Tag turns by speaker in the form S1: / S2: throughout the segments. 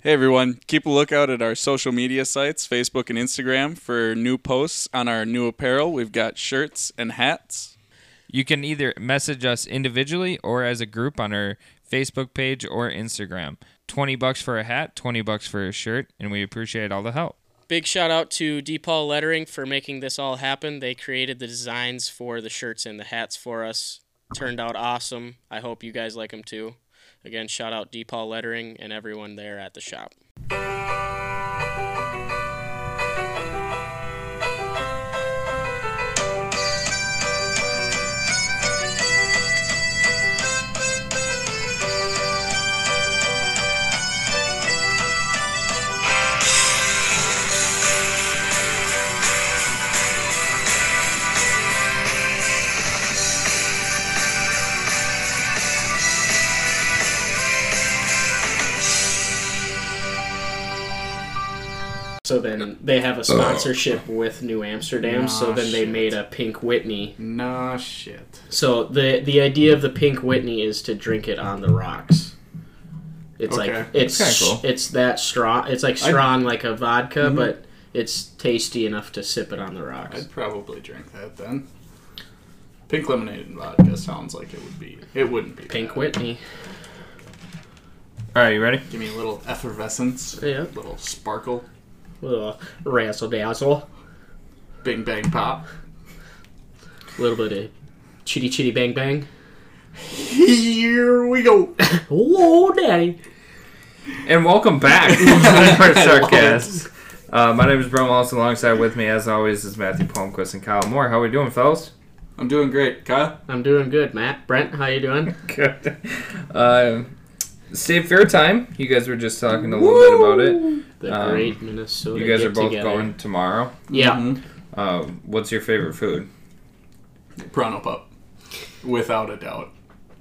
S1: Hey everyone, keep a lookout at our social media sites, Facebook and Instagram, for new posts on our new apparel. We've got shirts and hats.
S2: You can either message us individually or as a group on our Facebook page or Instagram. 20 bucks for a hat, 20 bucks for a shirt, and we appreciate all the help.
S3: Big shout out to DePaul Lettering for making this all happen. They created the designs for the shirts and the hats for us. Turned out awesome. I hope you guys like them too. Again, shout out DePaul Lettering and everyone there at the shop. So then they have
S4: Oh.
S3: a sponsorship with New Amsterdam. so
S4: Aw,
S3: then they
S4: shit.
S3: made a Pink Whitney.
S4: Nah, shit.
S3: So the the idea of the Pink Whitney is to drink it on the rocks. It's
S4: Okay.
S3: like it's
S2: That's kinda cool.
S3: it's that strong. It's like strong like a vodka,
S4: Mm-hmm.
S3: but it's tasty enough to sip it on the rocks.
S4: I'd probably drink that then. Pink lemonade and vodka sounds like it would be. It wouldn't be
S3: Pink
S4: bad.
S3: Whitney.
S2: All right, you ready?
S4: Give me a little effervescence.
S3: Yeah.
S4: Little sparkle.
S3: little uh, razzle dazzle,
S4: Bing bang pop.
S3: a little bit of chitty chitty bang bang.
S4: Here we go.
S3: Oh, daddy!
S2: And welcome back to our Sarcast. Uh, my name is Bro Wallace. Alongside with me, as always, is Matthew Palmquist and Kyle Moore. How we doing, fellas?
S4: I'm doing great, Kyle.
S3: I'm doing good, Matt. Brent, how you doing?
S2: Good. Uh, State Fair time. You guys were just talking a little bit about it.
S3: The
S2: Um,
S3: great Minnesota.
S2: You guys are both
S3: get-together.
S2: going tomorrow.
S3: Yeah.
S4: Mhm.
S2: Uh, what's your favorite food?
S4: Prono pup. Without a doubt.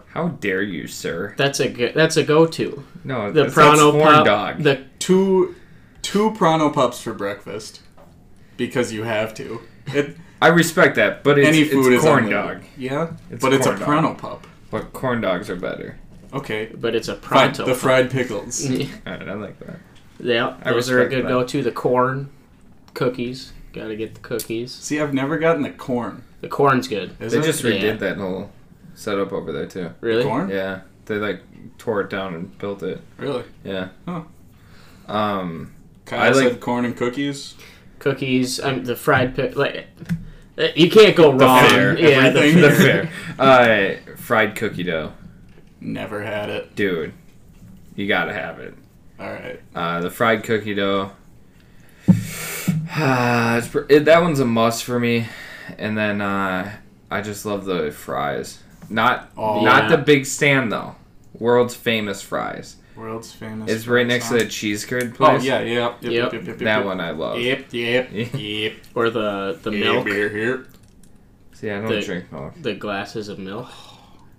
S2: How dare you, sir?
S3: That's a go- that's a go-to.
S2: No,
S3: The
S2: that's, that's
S3: Prono
S2: corn
S3: Pup.
S2: dog.
S3: The
S4: Two, two Prono pups for breakfast. Because you have to. It,
S2: I respect that, but it's,
S4: any food is
S2: it's corn
S4: unlimited.
S2: dog.
S4: Yeah.
S2: It's
S4: but it's a
S2: corn dog.
S4: Prono pup.
S2: But corn dogs are better.
S4: Okay.
S3: but it's a
S4: Fine.
S3: pronto.
S4: The fried pickles.
S2: All right, I like that.
S3: yeah,
S2: I
S3: those are a
S2: respect
S3: good
S2: that.
S3: go-to. The corn, cookies. Got to get the cookies.
S4: See, I've never gotten the corn.
S3: The corn's good.
S4: Is
S2: They
S4: it?
S2: just
S3: Yeah.
S2: redid that whole setup over there too.
S3: Really?
S4: corn?
S2: Yeah, they like tore it down and built it.
S4: Really?
S2: Yeah.
S4: Huh.
S2: Um,
S4: Kyle
S2: I like-
S4: said corn and cookies.
S3: Cookies. Um, the fried pick. Like, uh, you can't go wrong.
S2: fair,
S3: yeah. The
S4: everything.
S2: the fair, uh, fried cookie dough,
S4: Never had it.
S2: dude, you gotta have it.
S4: All right.
S2: Uh, the fried cookie dough. Uh, it's, pr- it, that one's a must for me. And then uh, I just love the fries. Not
S4: Oh.
S2: not
S3: Yeah.
S2: the big stand though. World's famous fries.
S4: World's famous.
S2: It's right next to
S4: croissant.
S2: the cheese curd
S4: Oh
S2: place.
S4: yeah, yeah, yep,
S3: Yep.
S4: yep, yep, yep, yep,
S2: That
S4: yep.
S2: one I love.
S4: Yep, yep, yep, yep.
S3: or the the milk.
S4: Beer here,
S2: See, I don't
S3: The-
S2: drink milk.
S3: The glasses of milk.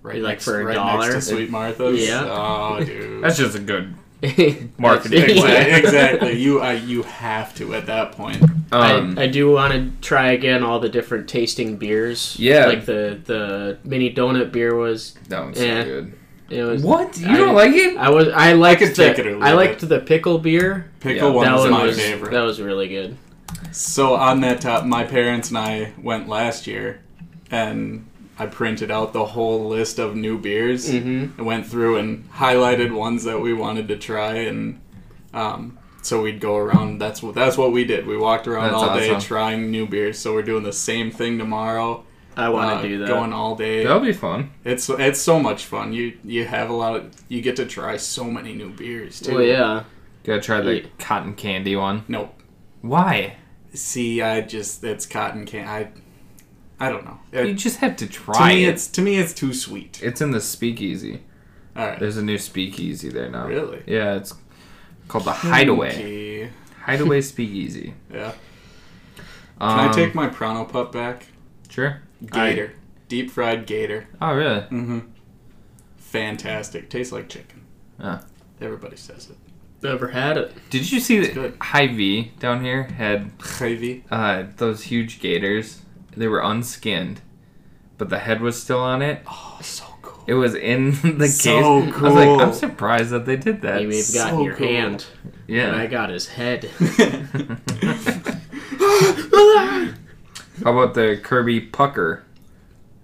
S4: right
S3: Like
S4: next,
S3: for a
S4: right
S3: dollar?
S4: next to Sweet Martha's.
S3: Yeah.
S4: Oh, dude.
S2: That's just a good. Marketing.
S3: Marketing.
S4: exactly. exactly. You, uh, you have to at that point.
S2: Um,
S3: I, I do want to try again all the different tasting beers.
S2: Yeah.
S3: Like the the mini donut beer was
S2: that one's
S3: eh.
S2: so good.
S3: it was
S2: What? You
S3: I-
S2: don't like it?
S3: I was I liked
S4: could
S3: the,
S4: take it or leave
S3: I liked the pickle beer.
S4: Pickle
S2: Yeah.
S4: one
S3: that
S4: was
S3: one
S4: my
S3: was
S4: favorite.
S3: that was really good.
S4: So on that top, my parents and I went last year, and I printed out the whole list of new beers.
S3: Mhm.
S2: Mm-hmm.
S4: I went through and highlighted ones that we wanted to try, and um, so we'd go around. That's what that's what we did. We walked around
S2: That's
S4: all day
S2: awesome.
S4: trying new beers. So we're doing the same thing tomorrow.
S3: I want
S4: uh,
S3: to do that.
S4: Going all day.
S2: That'll be fun.
S4: It's it's so much fun. You you have a lot. Of, you get to try so many new beers too.
S3: Well, yeah.
S2: Gotta try the
S3: Yeah.
S2: cotton candy one.
S4: Nope.
S2: Why?
S4: See, I just it's cotton can. I I don't know. It-
S2: You just have to try
S4: To me,
S2: it.
S4: it's to me, it's too sweet.
S2: It's in the speakeasy.
S4: All right.
S2: There's a new speakeasy there now.
S4: Really?
S2: Yeah, it's called the Hideaway.
S4: Okay.
S2: Hideaway Speakeasy.
S4: Yeah.
S2: Um,
S4: Can I take my Prono Pup back?
S2: Sure.
S4: Gator, deep fried gator.
S2: Oh, really?
S4: Mm-hmm. Fantastic. Tastes like chicken.
S2: Ah.
S4: Everybody says it.
S3: Never had it.
S2: Did you see that
S4: good.
S2: High V down here had
S4: Chivy.
S2: uh, those huge gators? They were unskinned, but the head was still on it.
S4: Oh, so cool.
S2: It was in the case.
S4: So
S2: I was
S4: cool.
S2: like, I'm surprised that they did that.
S3: You may have
S4: so
S3: gotten your
S4: cool.
S3: hand, but I
S2: Yeah.
S3: got his head.
S2: How about the Kirby Pucker,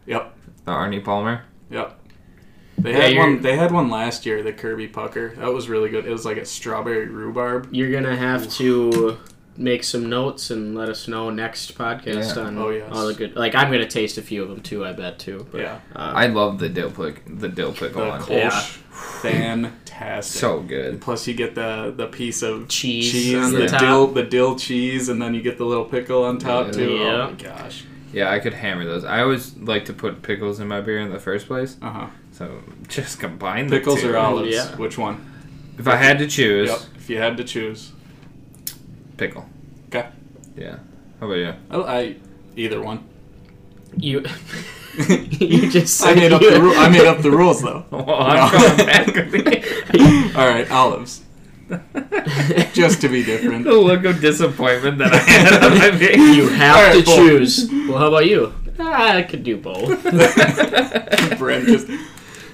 S4: Yep.
S2: the Arnie Palmer?
S4: Yep. They
S3: Yeah,
S4: had
S3: you're-
S4: one. They had one last year, the Kirby Pucker. That was really good. It was like a strawberry rhubarb.
S3: You're gonna have to make some notes and let us know next podcast
S2: Yeah.
S3: on
S4: Oh, yes.
S3: all the good. Like I'm gonna taste a few of them too. I bet too. But, uh,
S4: Yeah,
S2: I love the dill pick, the dill pickle
S4: the
S2: one.
S4: Kolsch.
S3: Yeah.
S4: fantastic.
S2: So good.
S4: Plus you get the the piece of
S3: Cheese on
S4: cheese
S3: the
S4: the,
S3: top.
S4: dill, the dill cheese, and then you get the little pickle on top too.
S3: Yeah.
S4: Oh my gosh.
S2: Yeah, I could hammer those. I always like to put pickles in my beer in the first place,
S4: Uh huh.
S2: so just combine the
S4: Pickles
S2: two.
S4: or olives?
S3: Oh, Yeah.
S4: Which one?
S2: If I had to choose,
S4: Yep. If you had to choose,
S2: pickle.
S4: okay.
S2: Yeah. How about you?
S4: I, I either one.
S3: You you just
S4: I
S3: said
S4: made up
S3: you-
S4: the ru- I made up the rules though.
S2: Well, I'm
S4: No.
S2: coming back with
S4: All right, olives. Just to be different.
S2: the look of disappointment that I had on my face.
S3: You have
S4: Alright,
S3: to
S4: both.
S3: choose. Well, how about you? Ah, I could do both.
S4: Brent just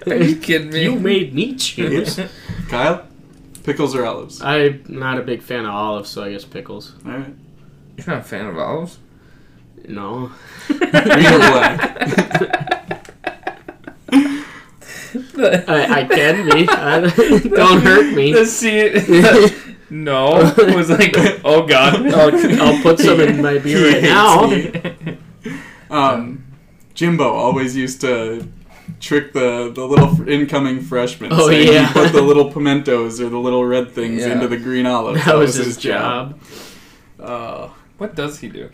S2: Are you kidding me?
S3: you made me choose.
S4: Kyle, pickles or olives? All
S3: I'm not a big fan of olives, so I guess pickles.
S4: right.
S2: You're not a fan of olives?
S3: No.
S4: Green or black?
S3: I, I can be. I, don't hurt me.
S2: The scene. no. was like, oh god.
S3: I'll, I'll put some in my beer right
S4: hates
S3: now.
S4: me. Um, Jimbo always used to trick the the little f- incoming freshmen.
S3: Oh,
S4: saying
S3: yeah.
S4: He put the little pimentos or the little red things
S2: Yeah.
S4: into the green olives.
S3: That was his job.
S4: Uh,
S2: What does he do?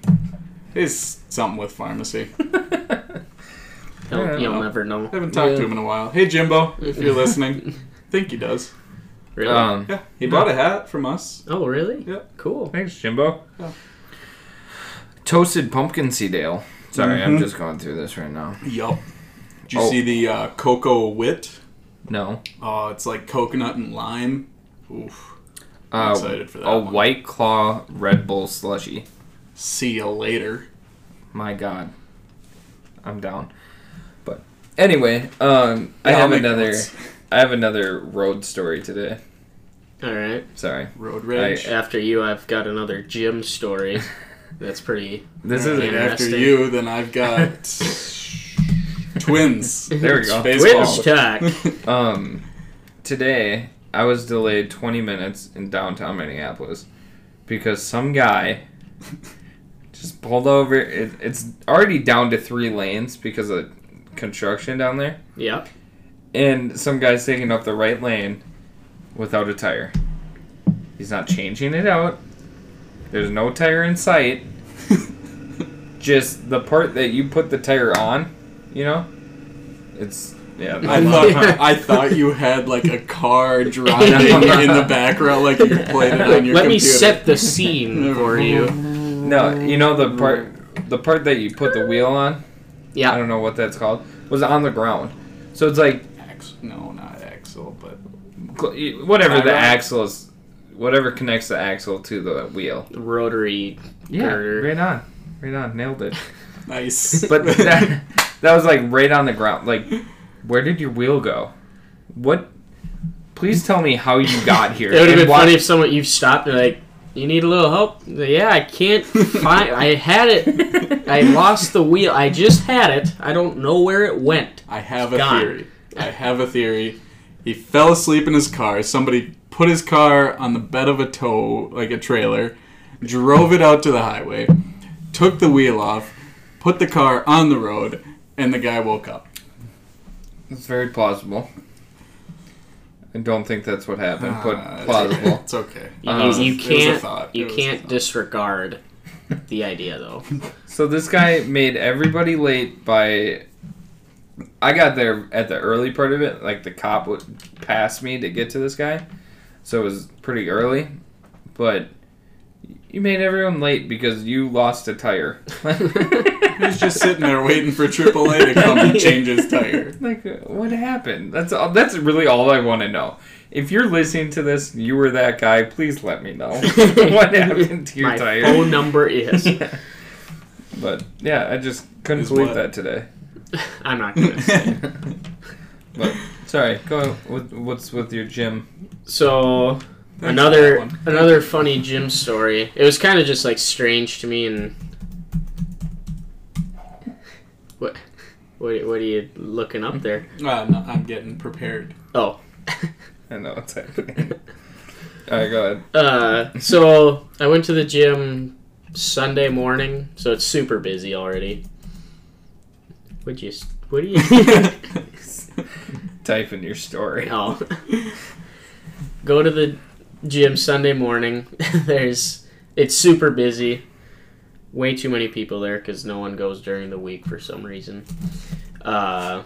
S4: it's something with pharmacy.
S2: Yeah, I
S3: He'll, you'll
S4: know.
S3: never know.
S4: haven't talked to
S2: Yeah.
S4: him in a while. Hey Jimbo, if you're listening, think he does.
S3: Really?
S2: Um,
S4: Yeah, he bought a hat from us.
S3: oh, really?
S4: Yeah.
S3: Cool.
S2: Thanks, Jimbo.
S4: Yeah.
S2: Toasted pumpkin seed ale. Sorry, I'm
S4: Mhm.
S2: just going through this right now.
S4: Yup. Did you
S2: Oh.
S4: see the uh, cocoa wit?
S2: No.
S4: Oh, it's like coconut and lime. Oof.
S2: Uh,
S4: excited for that
S2: A
S4: one.
S2: White Claw Red Bull slushy.
S4: See you later.
S2: My God, I'm down. But anyway, um, I
S4: Yeah, I'll
S2: have
S4: make
S2: another.
S4: notes.
S2: I have another road story today.
S3: All right.
S2: Sorry,
S4: Road rage.
S3: After you, I've got another gym story. That's pretty.
S2: this
S4: All
S2: is.
S4: right, after
S3: Interesting.
S4: you, then I've got twins.
S2: There we go.
S4: Baseball.
S3: Twitch talk.
S2: Um, today I was delayed 20 minutes in downtown Minneapolis because some guy just pulled over. It, it's already down to three lanes because of construction down there,
S3: Yep.
S2: and some guy's taking up the right lane without a tire. He's not changing it out. There's no tire in sight. just the part that you put the tire on, you know. It's yeah.
S4: I thought I thought you had like a car driving in the background, like you played it on your
S3: Let
S4: computer.
S3: me set the scene for you.
S2: No, you know the part the part that you put the wheel on, I
S3: Yeah.
S2: don't know what that's called, was on the ground. So it's like
S4: Ax- no, not axle, but
S2: cl- you- whatever the
S4: Tyrod?
S2: axle is whatever connects the axle to the wheel.
S3: Rotary.
S2: Yeah,
S3: Girder.
S2: right on. Right on, nailed it.
S4: nice.
S2: But that that was like right on the ground. Like where did your wheel go? What Please tell me how you got here.
S3: It would have
S2: and
S3: been
S2: why-
S3: funny if someone you stopped and like, you need a little help. Yeah, I can't find. I had it. I lost the wheel. I just had it. I don't know where it went.
S4: I have a
S3: Gone.
S4: theory. I have a theory. He fell asleep in his car. Somebody put his car on the bed of a tow, like a trailer, drove it out to the highway, took the wheel off, put the car on the road, and the guy woke up.
S2: It's very plausible. I don't think that's what happened,
S4: Uh,
S2: but
S3: Ah,
S4: it's okay.
S2: plausible.
S4: It's okay.
S3: You,
S2: Uh,
S3: you
S4: it was a
S3: can't.
S4: thought.
S3: You
S4: It was a
S3: can't
S4: thought.
S3: disregard the idea though.
S2: So this guy made everybody late by. I got there at the early part of it. Like the cop would pass me to get to this guy, so it was pretty early. But you made everyone late because you lost a tire.
S4: He's just sitting there waiting for AAA to come and change his tire.
S2: like what happened? That's all. That's really all I want to know. If you're listening to this, you were that guy. Please let me know what happened to your
S3: My
S2: tire.
S3: phone number is.
S2: But yeah, I just couldn't
S4: Is
S2: believe
S4: what?
S2: that today.
S3: I'm not gonna. Say.
S2: But sorry, go with what's with your gym.
S3: So
S4: Thanks
S3: another
S4: for that one.
S3: another funny gym story. It was kind of just like strange to me and what what what are you looking up there?
S4: Uh, no, I'm getting prepared.
S3: Oh,
S2: I know what's happening. All right, go ahead.
S3: uh, so I went to the gym Sunday morning, so it's super busy already. Would you? s- What do you?
S2: Type in your story.
S3: No. Go to the gym Sunday morning. There's it's super busy. Way too many people there because no one goes during the week for some reason. Uh,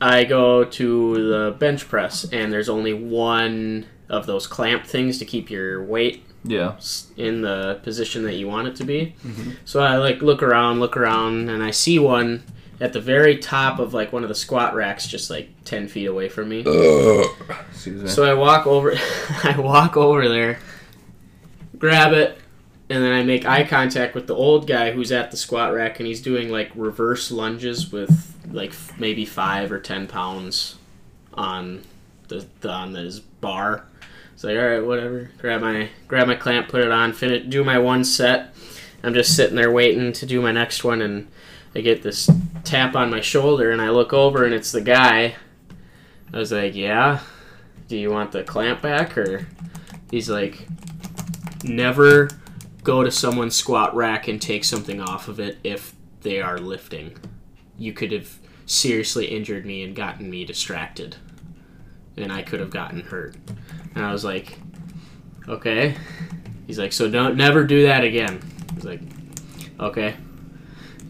S3: I go to the bench press and there's only one of those clamp things to keep your weight
S2: Yeah.
S3: s- in the position that you want it to be. So I like look around, look around, and I see one at the very top of like one of the squat racks, just like ten feet away from me.
S2: Excuse me.
S3: So I walk over, I walk over there, grab it, and then I make eye contact with the old guy who's at the squat rack, and he's doing like reverse lunges with like f- maybe five or ten pounds on the, the on his bar. It's like all right, whatever. Grab my grab my clamp, put it on, finish, do my one set. I'm just sitting there waiting to do my next one, and I get this tap on my shoulder, and I look over, and it's the guy. I was like, yeah do you want the clamp back or he's like never go to someone's squat rack and take something off of it if they are lifting you could have seriously injured me and gotten me distracted and i could have gotten hurt and i was like okay he's like so don't never do that again he's like okay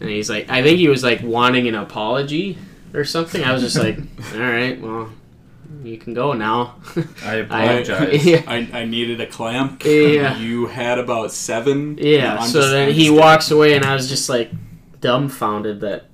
S3: and he's like i think he was like wanting an apology or something i was just like all right well you can go now
S2: I
S3: I-
S2: apologize.
S3: yeah.
S4: I, I needed a clamp.
S3: Yeah.
S4: You had about seven.
S3: Yeah.
S4: I'm
S3: so
S4: just-
S3: then
S4: I'm
S3: he
S4: just-
S3: walks away, and I was just like dumbfounded that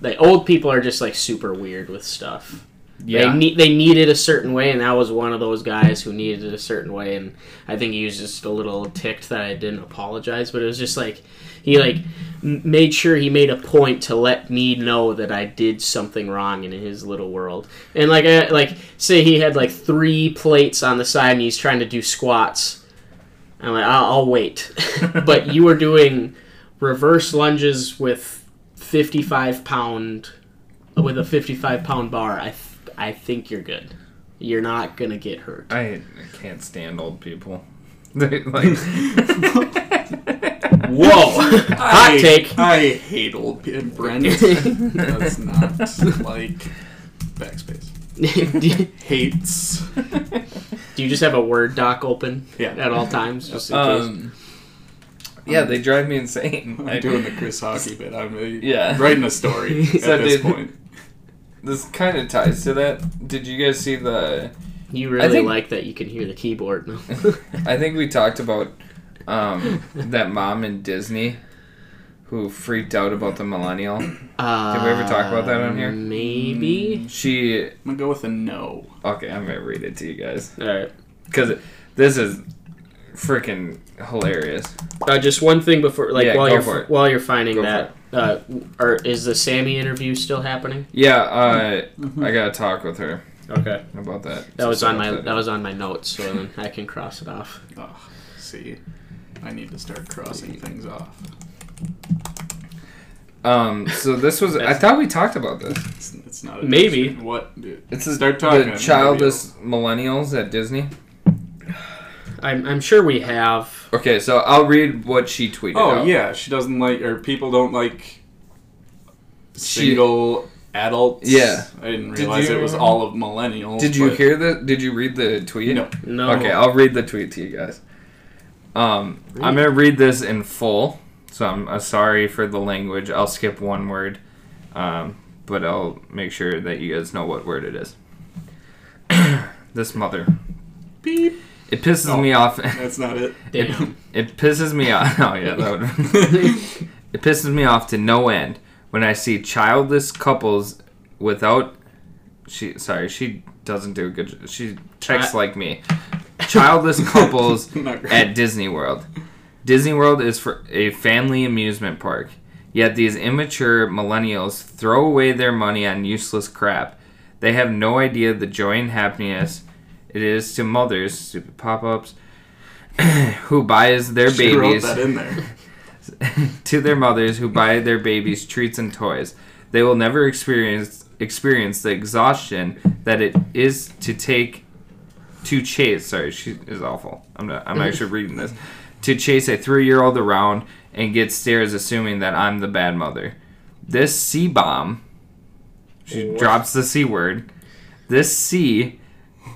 S3: the old people are just like super weird with stuff.
S2: yeah.
S3: They, ne- they needed a certain way, and that was one of those guys who needed it a certain way. And I think he was just a little ticked that I didn't apologize, but it was just like he like m- made sure he made a point to let me know that I did something wrong in his little world. And like I, like say he had like three plates on the side, and he's trying to do squats. I'm like, I'll, I'll wait. but you were doing reverse lunges with 55 pound with a 55 pound bar. I, th- I think you're good. You're not gonna get hurt.
S2: I can't stand old people. They like
S3: Whoa! Hot
S4: I-
S3: take.
S4: I hate old people. Brendan does not like backspace.
S3: do
S4: Hates.
S3: you just have a Word doc open
S4: Yeah.
S3: at all times, just in case?
S2: um Yeah, they drive me insane.
S4: I'm
S2: I-
S4: doing the Chris Hockey bit. I'm uh,
S2: Yeah.
S4: writing a story at
S2: So
S4: this
S2: did-
S4: point.
S2: This kind of ties to that. Did you guys see the?
S3: You really
S2: think-
S3: like that you can hear the keyboard. No?
S2: I think we talked about um, that mom in Disney who freaked out about the millennial.
S3: Uh,
S2: Did we ever talk about that on here?
S3: Um, Maybe.
S2: She
S4: I'm gonna go with a no.
S2: okay. I'm gonna read it to you guys
S3: All right.
S2: because this is freaking hilarious.
S3: Uh, just one thing before, like
S2: Yeah,
S3: while
S2: go
S3: you're
S2: for it.
S3: while you're finding
S2: Go for
S3: that, uh, are, is the Sammy interview still happening?
S2: Yeah, uh, I gotta talk with her
S3: Okay.
S2: about that.
S3: That was on my that was on my notes, so then I can cross it off.
S4: Ugh, see, I need to start crossing things off.
S2: Um, so this was. I thought we talked about this.
S4: It's, it's not a
S3: Maybe.
S4: decision. what. Dude,
S2: It's
S4: start talking.
S2: the childless millennials at Disney.
S3: I'm, I'm sure we have.
S2: Okay, so I'll read what she tweeted.
S4: Oh
S2: out.
S4: yeah, she doesn't like or people don't like
S2: She-
S4: single adults.
S2: Yeah.
S4: I didn't
S2: Did
S4: realize
S2: you-
S4: it was all of millennials.
S2: Did you
S4: but-
S2: hear the? Did you read the tweet?
S4: No.
S3: No.
S2: Okay, I'll read the tweet to you guys. Um, I'm gonna read this in full, so I'm uh, sorry for the language. I'll skip one word, um, but I'll make sure that you guys know what word it is. this mother.
S4: Beep.
S2: It pisses
S4: No.
S2: me off.
S4: That's not it.
S3: Damn.
S2: It pisses me off. Oh yeah, that would. it pisses me off to no end when I see childless couples without. She sorry, she doesn't do a good. jo- She texts like me. Childless couples
S4: Not great.
S2: at Disney World. Disney World is for a family amusement park. Yet these immature millennials throw away their money on useless crap. They have no idea the joy and happiness it is to mothers, stupid pop ups, who buys their
S4: She wrote
S2: babies
S4: that in there.
S2: to their mothers who buy their babies treats and toys. They will never experience experience the exhaustion that it is to take to chase. Sorry, she is awful. I'm not. I'm actually reading this. To chase a three-year-old around and get stares, assuming that I'm the bad mother. This C bomb. She drops the C word. This C,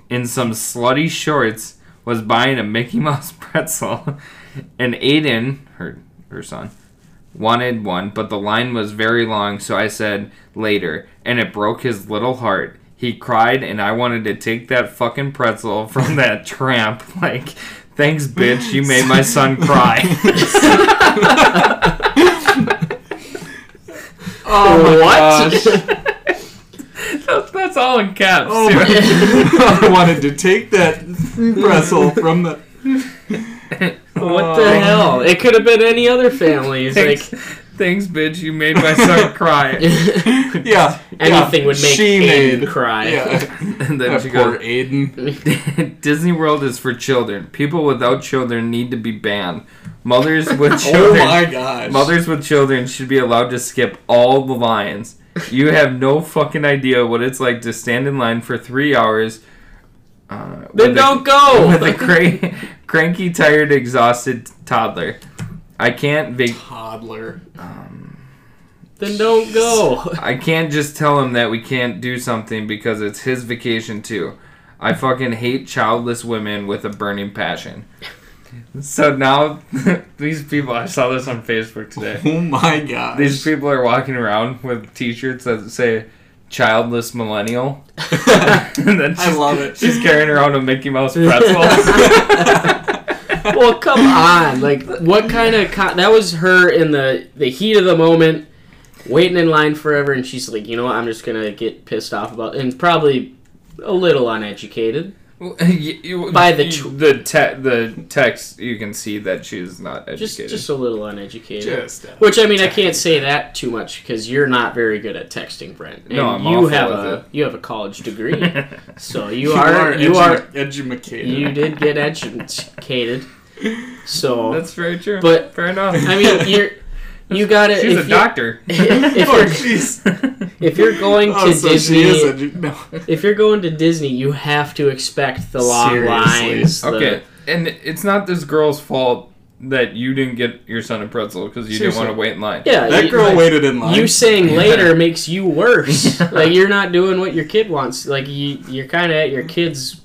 S2: in some slutty shorts, was buying a Mickey Mouse pretzel, and Aiden, her her son, wanted one, but the line was very long, so I said later, and it broke his little heart. He cried, and I wanted to take that fucking pretzel from that tramp. Like, thanks, bitch, you made my son cry.
S4: Oh my
S3: What?
S4: gosh.
S2: That's that's all in caps.
S4: Oh
S2: too.
S4: my! I wanted to take that pretzel from the.
S3: What the hell? It could have been any other family. It's
S2: Thanks,
S3: like
S2: thanks, bitch, you made my son cry.
S4: Yeah.
S3: anything
S4: yeah,
S3: would make
S4: she
S3: Aiden
S4: made.
S3: cry.
S4: Yeah.
S2: and then
S4: That
S2: she
S4: poor
S2: goes,
S4: Aiden.
S2: Disney World is for children. People without children need to be banned. Mothers with children.
S4: Oh my gosh.
S2: Mothers with children should be allowed to skip all the lines. You have no fucking idea what it's like to stand in line for three hours. Uh, with
S3: Then
S2: a-
S3: don't
S4: Oh,
S3: go.
S2: with a cra- cranky, tired, exhausted toddler. I can't vac-
S4: Toddler.
S3: then don't go.
S2: I can't just tell him that we can't do something because it's his vacation too. I fucking hate childless women with a burning passion. So now these people I saw this on Facebook today.
S4: Oh my gosh.
S2: These people are walking around with t-shirts that say "childless millennial." and then
S4: I
S2: she's-
S4: love it.
S2: She's carrying around a Mickey Mouse pretzel.
S3: Well, come on. Like, what kind of con- that was her in the the heat of the moment, waiting in line forever, and she's like, you know what? I'm just gonna get pissed off about, and probably a little uneducated.
S2: You- you-
S3: By the
S2: you-
S3: tw-
S2: the te- the text, you can see that she's not
S3: Just
S2: educated.
S3: just a little uneducated.
S4: Just a-
S3: Which I mean, I can't say that too much because you're not very good at texting, Brent. And
S2: No, I'm
S3: you
S2: awful
S3: have
S2: with
S3: a
S2: it.
S3: you have a college degree, so you, are, you are
S4: edu- edumacated.
S3: you did get educated. So
S2: That's very true.
S3: But-
S2: fair enough.
S3: I mean, you're you got it.
S2: she's a doctor.
S3: If
S4: Oh
S3: you're,
S4: jeez.
S3: if you're going to
S4: Oh, so
S3: Disney,
S4: she is edu- no.
S2: Uh,
S3: if you're going to Disney, you have to expect the long
S4: Seriously.
S3: lines. the-
S2: Okay, and it's not this girl's fault that you didn't get your son a pretzel because you didn't
S4: Seriously.
S2: want to wait in line.
S3: yeah,
S4: That
S3: you-
S4: girl waited in line.
S3: You saying later makes you worse. Like you're not doing what your kid wants. Like you, you're kind of at your kid's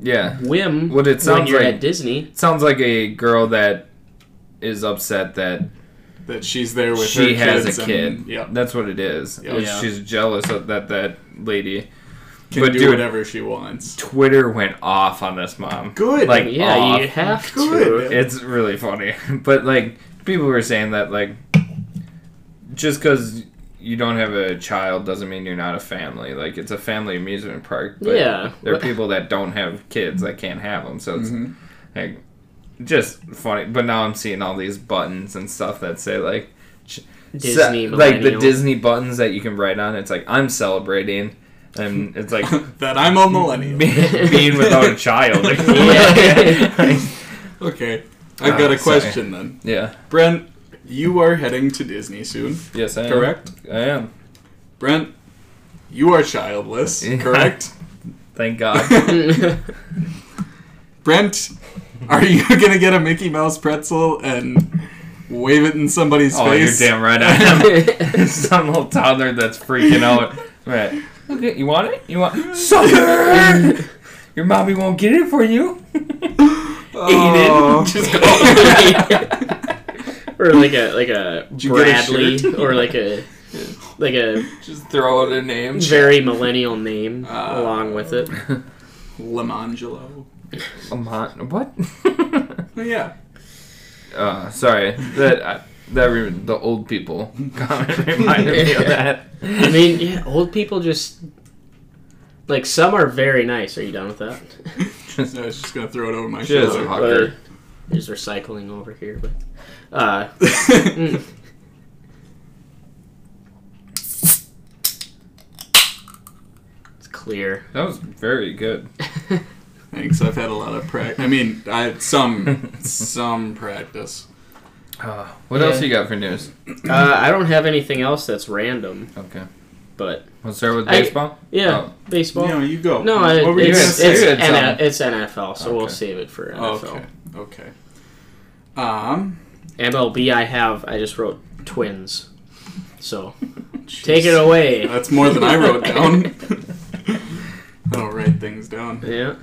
S2: Yeah.
S3: whim
S2: What it
S3: when
S2: sounds
S3: you're
S2: like-
S3: at Disney.
S2: sounds like a girl that is upset that
S4: that she's there with her
S2: she has
S4: kids
S2: a kid.
S4: and- yeah,
S2: That's what it is.
S4: Yeah.
S2: It's-
S3: Yeah.
S2: She's jealous of that that lady.
S4: can
S2: But
S4: do
S2: dude-
S4: whatever she wants.
S2: Twitter went off on this mom.
S4: Good.
S2: Like
S3: Yeah,
S2: off.
S3: you have
S4: Good.
S3: to.
S2: It's really funny. But like people were saying that like just cuz you don't have a child doesn't mean you're not a family. Like it's a family amusement park. But
S3: Yeah.
S2: There are people that don't have kids that can't have them. So it's like just funny. But now I'm seeing all these buttons and stuff that say like
S3: Disney,
S2: se- like the
S3: millennial.
S2: Disney buttons that you can write on. It's like I'm celebrating, and it's like
S4: that I'm a millennial.
S2: being, being without a child.
S3: Yeah.
S4: Okay, I've got
S2: Ah,
S4: a
S2: sorry.
S4: question then,
S2: yeah.
S4: Brent. You are heading to Disney soon,
S2: Yes, I am.
S4: correct?
S2: I am.
S4: Brent, you are childless,
S2: Yeah.
S4: correct?
S2: Thank God.
S4: Brent, are you gonna get a Mickey Mouse pretzel and wave it in somebody's
S2: oh, you're
S4: face?
S2: damn right. I am. Some little toddler that's freaking out. Right. Okay, you want it? You want sucker? Your mommy won't get it for you.
S4: Oh.
S2: Eat it. Just
S3: or like a like a
S4: you get a
S3: Bradley
S4: shirt?
S3: or like a like a
S2: Just throw out a name.
S3: very millennial name
S4: Ah.
S3: along with it.
S4: Lamangelo.
S2: Lamont. What?
S4: Oh, yeah.
S2: uh, sorry. That I, that re- the old people comment reminded me of that.
S3: I mean, yeah, old people just like some are very nice. Are you done with that?
S4: I was just gonna throw it over my
S2: Just
S4: shoulder.
S2: Hucker.
S3: mm. There's recycling over here, but uh, clear.
S2: That was very good.
S4: Thanks. I've had a lot of practice. I mean, I had some some practice.
S2: Uh, what
S3: Yeah.
S2: else you got for news?
S3: Uh, I don't have anything else that's random,
S2: Okay.
S3: but
S2: Let's start with
S3: I-
S2: baseball.
S3: yeah,
S2: Oh.
S3: baseball.
S4: no, you go.
S3: No, I,
S4: What were you
S2: gonna
S3: it's,
S4: say? um,
S3: it's,
S2: You had
S3: N-
S2: something.
S3: it's NFL, so we'll
S2: Okay.
S3: save it for NFL.
S4: Okay. Okay. Um.
S3: MLB, I have. I just wrote twins. So take it away.
S4: That's more than I wrote down. I don't write things down.
S3: Yeah.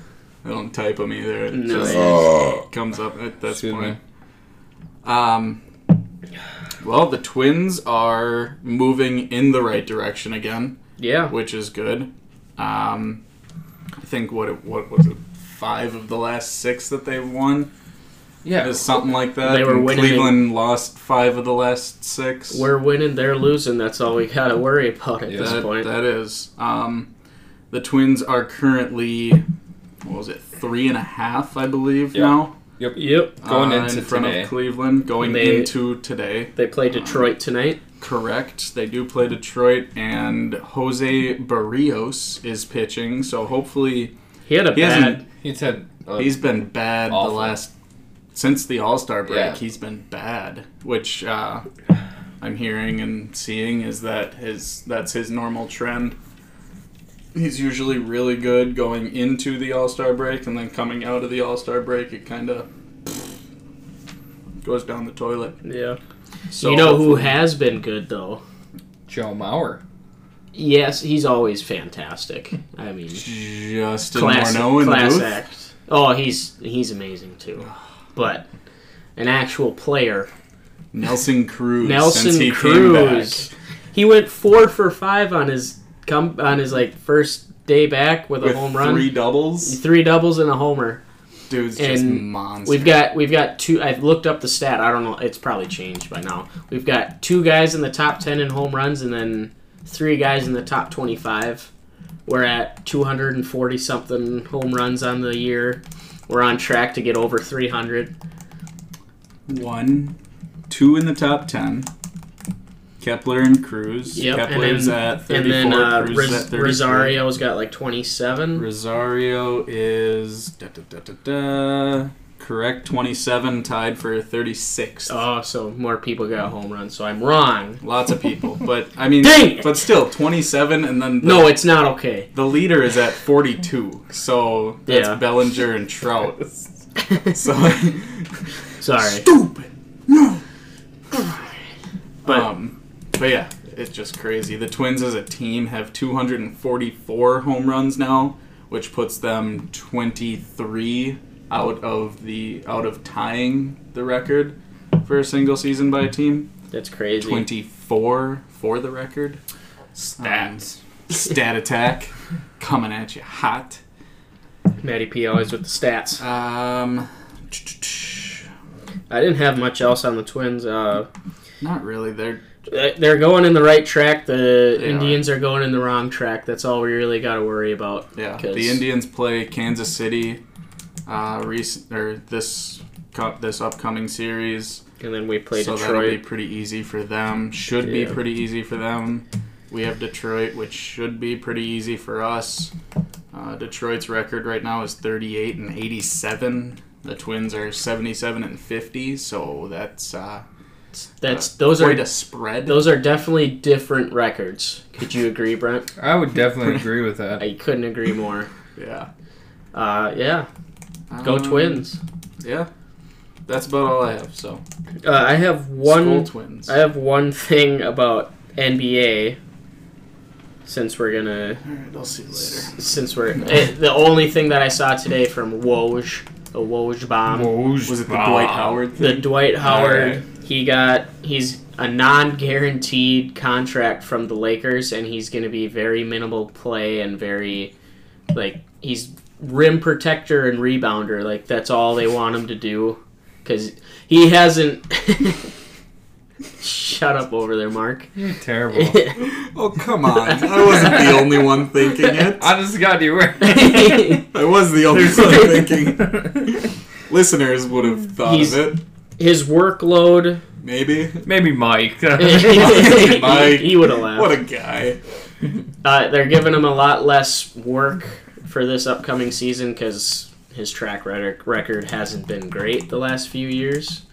S4: I don't type them either. It
S3: No.
S4: just
S2: Oh.
S4: comes up at this
S2: Excuse
S4: point. Um, well, the Twins are moving in the right direction again,
S3: Yeah.
S4: which is good. Um, I think what it, what was it? Five of the last six that they've won
S2: Yeah.
S4: is something like that.
S3: They were
S4: and
S3: winning.
S4: Cleveland lost five of the last six.
S3: We're winning, they're losing. That's all we gotta worry about at
S2: Yeah,
S3: this
S4: That-
S3: point.
S4: that is. Um, the Twins are currently, what was it, three and a half, I believe
S2: Yeah.
S4: now,
S3: yep.
S2: Going
S4: uh,
S2: into
S4: in front
S2: today.
S4: of Cleveland, going
S3: They-
S4: into today.
S3: They play Detroit tonight.
S4: Correct. They do play Detroit, and Jose Barrios is pitching. So hopefully,
S3: He had a
S4: He hasn't-
S3: bad.
S2: He's had. Uh,
S4: he's been bad
S2: Awful.
S4: the last since the All Star break.
S2: Yeah.
S4: He's been bad, which uh, I'm hearing and seeing is that his that's his normal trend. He's usually really good going into the All Star break, and then coming out of the All Star break, it kind of goes down the toilet.
S3: Yeah.
S4: So
S3: you know who has been good though?
S2: Joe Mauer.
S3: Yes, he's always fantastic. I mean,
S4: Justin
S3: class,
S4: Morneau in
S3: class
S4: the booth.
S3: act. Oh, he's he's amazing too. But an actual player
S4: Nelson Cruz. since
S3: Nelson
S4: he
S3: Cruz.
S4: Came
S3: He went four for five on his come on his like first day back with a
S4: back with
S3: home run,
S4: three
S3: three,
S4: doubles.
S3: doubles and a homer.
S4: Dude's just
S3: And
S4: monster.
S3: We've got we've got two. I've looked up the stat. I don't know. It's probably changed by now. We've got two guys in the top ten in home runs, and then three guys in the top twenty-five. We're at two hundred and forty something home runs on the year. We're on track to get over three hundred.
S4: one, two in the top ten. Kepler and Cruz.
S3: Yep, and
S4: Kepler's
S3: then-
S4: at 34.
S3: And then uh,
S4: Cruz is at
S3: Ros-
S4: 33.
S3: Rosario's got like twenty-seven.
S4: Rosario is da, da, da, da, da, correct 27, tied for 36.
S3: Oh, so more people got home runs, so I'm wrong.
S4: Lots of people, but I mean,
S3: Dang it!
S4: but still 27, and then the,
S3: No, it's not okay.
S4: the leader is at 42. So that's
S3: Yeah.
S4: Bellinger and Trout. So
S3: Sorry.
S4: stupid. No.
S3: But-
S4: But um, but yeah, it's just crazy. The Twins as a team have 244 home runs now, which puts them 23 out of the out of tying the record for a single season by a team.
S3: That's crazy.
S4: 24 for the record. Stats. stat attack coming at you hot.
S3: Matty P always with the stats.
S4: Um,
S3: I didn't have much else on the Twins. Uh,
S4: not really. They're
S3: they're going in the right track. The
S4: They
S3: Indians are. going in the wrong track. That's all we really got to worry about.
S4: Yeah,
S3: 'Cause-
S4: the Indians play Kansas City, uh, recent or this cup this upcoming series,
S3: And then we play
S4: so that'll be
S3: Detroit.
S4: pretty easy for them. Should be
S3: Yeah.
S4: pretty easy for them. We have Detroit, which should be pretty easy for us. Uh, Detroit's record right now is 38 and 87. The Twins are 77 and 50, so that's uh,
S3: That's those
S4: quite a
S3: are
S4: spread.
S3: those are definitely different records. Could you agree, Brent?
S2: I would definitely agree with that.
S3: I couldn't agree more.
S4: yeah,
S3: Uh, yeah, go
S4: Um,
S3: Twins.
S4: Yeah, that's about all I have. So
S3: Uh, I have one.
S4: Skull Twins.
S3: I have one thing about NBA. Since we're gonna,
S4: all right, I'll see you later.
S3: since we're eh, the only thing that I saw today from Woj, a Woj bomb,
S4: Um, Was it the Dwight Howard
S3: the
S4: thing?
S3: Dwight Howard. He got he's a non-guaranteed contract from the Lakers, and he's gonna be very minimal play and very, like he's rim protector and rebounder. Like that's all they want him to do, because he hasn't. Shut up over there, Mark.
S2: You're terrible.
S4: oh come on! I wasn't the only one thinking it.
S2: I just got you right.
S4: I was the only one thinking. Listeners would have thought
S3: He's-
S4: of it.
S3: His workload.
S4: Maybe.
S2: Maybe Mike.
S3: he
S4: Mike.
S3: would have laughed.
S4: What a guy!
S3: Uh, they're giving him a lot less work for this upcoming season because his track record record hasn't been great the last few years.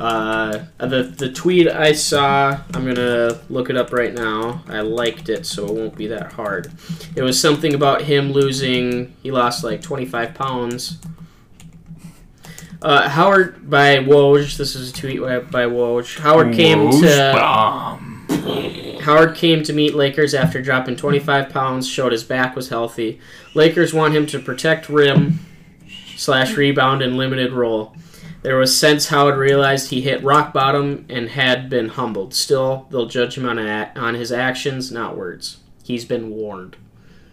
S3: Uh, the the tweet I saw, I'm gonna look it up right now. I liked it, so it won't be that hard. It was something about him losing. He lost like 25 pounds. Uh, Howard by Woj. This is a tweet by Woj. Howard came
S4: Woj
S3: to.
S4: bomb.
S3: Howard came to meet Lakers after dropping 25 pounds, showed his back was healthy. Lakers want him to protect rim slash rebound and limited role. There was sense Howard realized he hit rock bottom and had been humbled. Still, they'll judge him on a- on his actions, not words. He's been warned.